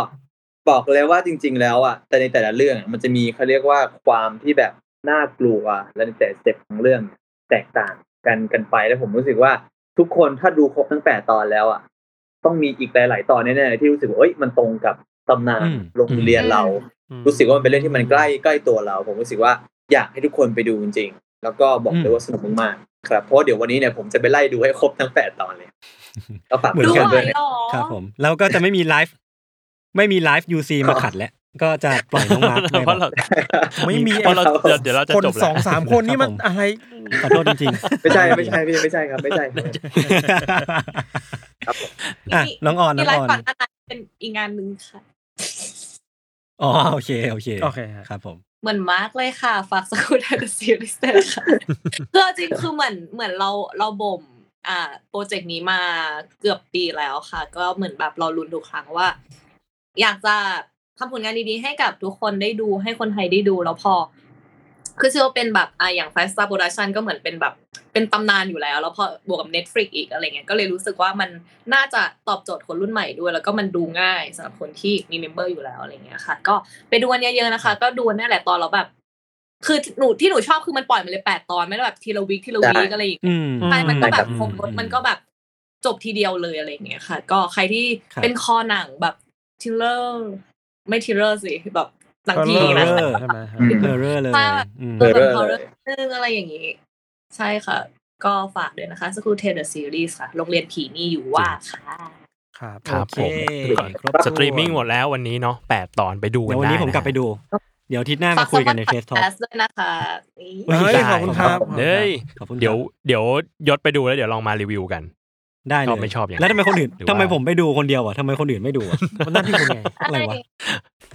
B: บอกเลยว่าจริง ๆ แล้วอ่ะแต่ในแต่ละเรื่องมันจะมีเขาเรียกว่าความที่แบบน่ากลัวและในแต่ละสเต็ปของเรื่องแตกต่างกันกันไปแล้วผมรู้สึกว่าทุกคนถ้าดูครบทั้งแปดตอนแล้วอ่ะ ต้องมีอีกหลาย ๆ ตอนแน่ๆที่รู้สึกว่าเอ้ยมันตรงกับตำนาน
C: อืม
B: โรงเรียนเรา รู้สึกว่ามันเป็นเรื่องที่มันใกล้ใกล้ตัวเรา ผมรู้สึกว่าอยากให้ทุกคนไปดูจริงๆ แล้วก็บอกเล
C: อื
B: ย
C: ม
B: ว่าสนุกมากๆครับเพราะเดี๋ยววันนี้เนี่ยผมจะไปไล่ดูให้ครบทั้งแปดตอนเลยก็ฝาก
C: เหมือน
E: ดู
C: กั
B: ทุ
C: น
B: ค
E: ไหว
B: ด้วยนะ
E: หรอ
C: ครับผม แล้วก็จะไม่มีไลฟ์ไม่มีไลฟ์ยูซีมาขัดแล้ว ก็จะปล่อยน้องมาร์คไป
D: เพราะเรา
C: ไม่มี
D: เพราะเราเดี๋ยวเดี๋ยวเราจะ
H: คน
D: จบ
H: ส
D: แล้
H: อ
D: ว
H: งสามคนนี่มันอะไร
C: ขอโทษจริงๆ
B: <laughs> ไม่ใช่ไม่ใช่พี่ไม่ใช่ครับ ไม่ใช่ครับ ครับผม
C: อ่ะน้องออนน้อ
E: มี
C: ง
E: ไล
C: อ
E: ฟ์
C: อน
E: ก่อนหน้านั้นเป็นอีกงานหนึ่งค่ะ
C: อ๋อโอเคโอเค
H: โอเคฮะ
C: ครับผม
E: เหมือนมาร์กเลยค่ะ ฝากสกูตเดอร์ซีรีส์เลยค่ะคือเอาจริงคือเหมือนเหมือนเราเราบ่มอ่าโปรเจกต์นี้มาเกือบปีแล้วค่ะ ก็เหมือนแบบเราลุ้นทุกครั้งว่า อยากจะทำผลงานดีๆ ให้กับทุกคนได้ดูให้คนไทยได้ดูแล้วพอ คือเชื่อว่าเป็นแบบอ่าอย่าง Five Star Production ก็เหมือนเป็นแบบเป็นตำนานอยู่แล้ว แล้วพอบวกกับ Netflix อีกอะไรเงี้ยก็เลยรู้สึกว่ามันน่าจะตอบโจทย์คนรุ่นใหม่ด้วย แล้วก็มันดูง่ายสำหรับคนที่มีเมมเบอร์อยู่แล้วอะไรเงี้ยค่ะ ก็ไปดูกันเยอะๆนะคะ ก็ดูกันนั่นแหละตอนเราแบบ คือหนูที่หนูชอบคือมันปล่อยมาเลยแปดตอนไม่ได้แบบทีละวิคทีละวิค
B: ใช่
E: อะไรอย่างเงี้
C: อื
E: ย
C: ม
E: ใช่มันก็
B: ใช่
E: แบ
B: ครับ บ
E: ครบรถมันก็แบบจบทีเดียวเลยอะไรอย่างเงี้ยค่ะ ก็ใครที่
C: ครับ
E: เป็นคอหนังแบบทิลเลอร์ไม่ทิลเลอร์สิแบบหนังผีนะ
C: Horror
H: ใช่ไหมฮะ
B: อืม
C: เออเร่อเลย
E: ถ้า
C: อืม
B: เออ
E: แบบ
B: เอ
E: ฮอ
B: อ
E: ร์เร
B: เล
E: อย ร์นึงอะไรอย่างงี้ ใช่ค่ะ ก็ฝากด้วยนะคะ School Tale The Series ค่ะ โรงเรียนผีมีอยู่ว่าค่ะ
H: ครับ
D: ครับ
C: โอ
D: ผม
C: เครบ
D: สตรีมมิ่งหมดแล้ววันนี้เนาะแปดตอนไปดูกั
C: เดี๋ย
D: น
C: ววัน
D: ได้
C: นี้ผมกลับไป
D: ะฮะ
C: ดู เดี๋ยวอาทิตย์หน้ามาคุยกันในเทสทอป
E: Podcast ด้วยนะคะนี่
H: เฮ้ยขอบคุณครับ
D: เด้ย
C: ขอบคุณครับ
D: เดี๋ยวเดี๋ยวยศไปดูแล้วเดี๋ยวลองมารีวิวกัน
C: ได้เลย
D: ชอบไม่ชอบยังไง
C: แล้วทำไมคนอื่น
D: หรือว่า
C: ทำไมผมไปดูคนเดียวอ่ะทำไมคนอื่นไม่ดูอ่ะ
H: มันหน้าที่คุณไง
C: อะไรวะ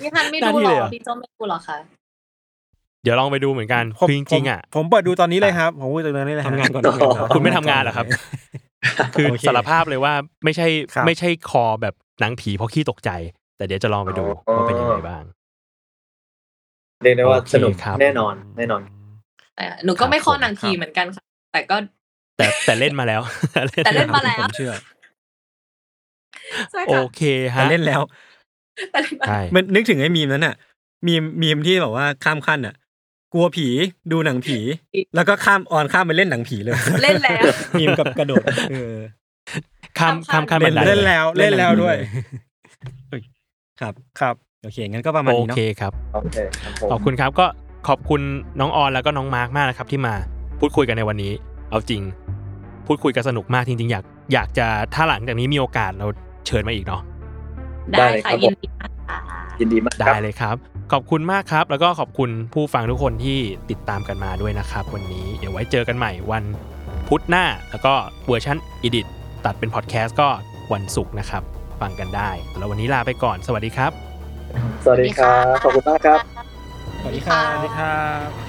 E: พี่ทันไม่
D: หน้า
E: ดู
D: ที่
E: หร
D: เลยเหร
E: อ
D: อ
E: พี่โจ้ไม่ดูหรอคะ
D: เดี๋ยวลองไปดูเหมือนกัน
H: ผม
D: คือจริงๆอ่ะ
H: ผมผมเปิดดูตอนนี้เลยครับผมเปิดดูตอนนี้เลยฮะ
C: ทำงานก่อน
D: คุณไม่ทำงานเหรอครับ คือ
C: โอเค
D: สารภาพเลยว่าไม่ใช่
H: ครับ
D: ไม่ใช่คอแบบหนังผีเพราะขี้ตกใจ แต่เดี๋ยวจะลองไปดู
B: อ๋อ
D: ว่าเป็นยังไงบ้าง
B: เรียกได้ว่า
D: โอเค
B: สนุก
D: ครับ
B: แน่นอนแน่นอน
E: แต่หนูก็ไม่คอหนังผีเหมือนกันค่ะ แต่ก็
D: แต่แต่เล่นมาแล้ว
E: <laughs> แต่เล่นมาแล้ว
C: ผมเชื่อ
E: ใช่
D: โอ
E: ค่ะ
D: เค
C: แต่
D: ฮะ
C: เล่นแล้ว
E: แต่เล่นมา
D: ใช่
C: มันนึกถึงไอ้มีมนั้นน่ะ มีมมีมที่แบบว่าข้ามขั้นอ่ะ กลัวผีดูหนังผี แล้วก็ข้ามออนข้ามไปเล่นหนังผีเลย
E: เล่นแล้ว
C: มีมกับกระโดดเออ
D: ข้ามข้ามข้าม
C: เล่
D: บั
C: น
D: นได
H: เล่นแล้วเล่นแล้วด้วย
C: ครับ
H: ครับ
C: โอเคงั้นก็ประมาณ
D: โอ
C: นี้เนาะ
D: เคครับ
B: โอเคครับผม
D: ขอบคุณครับก็ขอบคุณน้องออนแล้วก็น้องมาร์กมากนะครับที่มาพูดคุยกันในวันนี้ เอาจริง พูดคุยกันสนุกมากจริงๆ อยากอยากจะถ้าหลังจากนี้มีโอกาสเราเชิญมาอีกเนาะ
E: ได้
B: ได้เลยครั
E: ค่ะ
B: บ
E: ยินดีค่ะ
B: ยินดีมากค
D: ได้
B: รับ
D: เลยครับ ขอบคุณมากครับ แล้วก็ขอบคุณผู้ฟังทุกคนที่ติดตามกันมาด้วยนะครับ วันนี้เดี๋ยวไว้เจอกันใหม่วันพุธหน้า แล้วก็เวอร์ชันอิดิตัดเป็นพอดแคสต์ก็วันศุกร์นะครับฟังกันได้แล้ววันนี้ลาไปก่อนสวัสดีครับ
B: สวัสดีครับ ขอบคุณมากครับ
C: สวัสดีครับสวัสดีครับ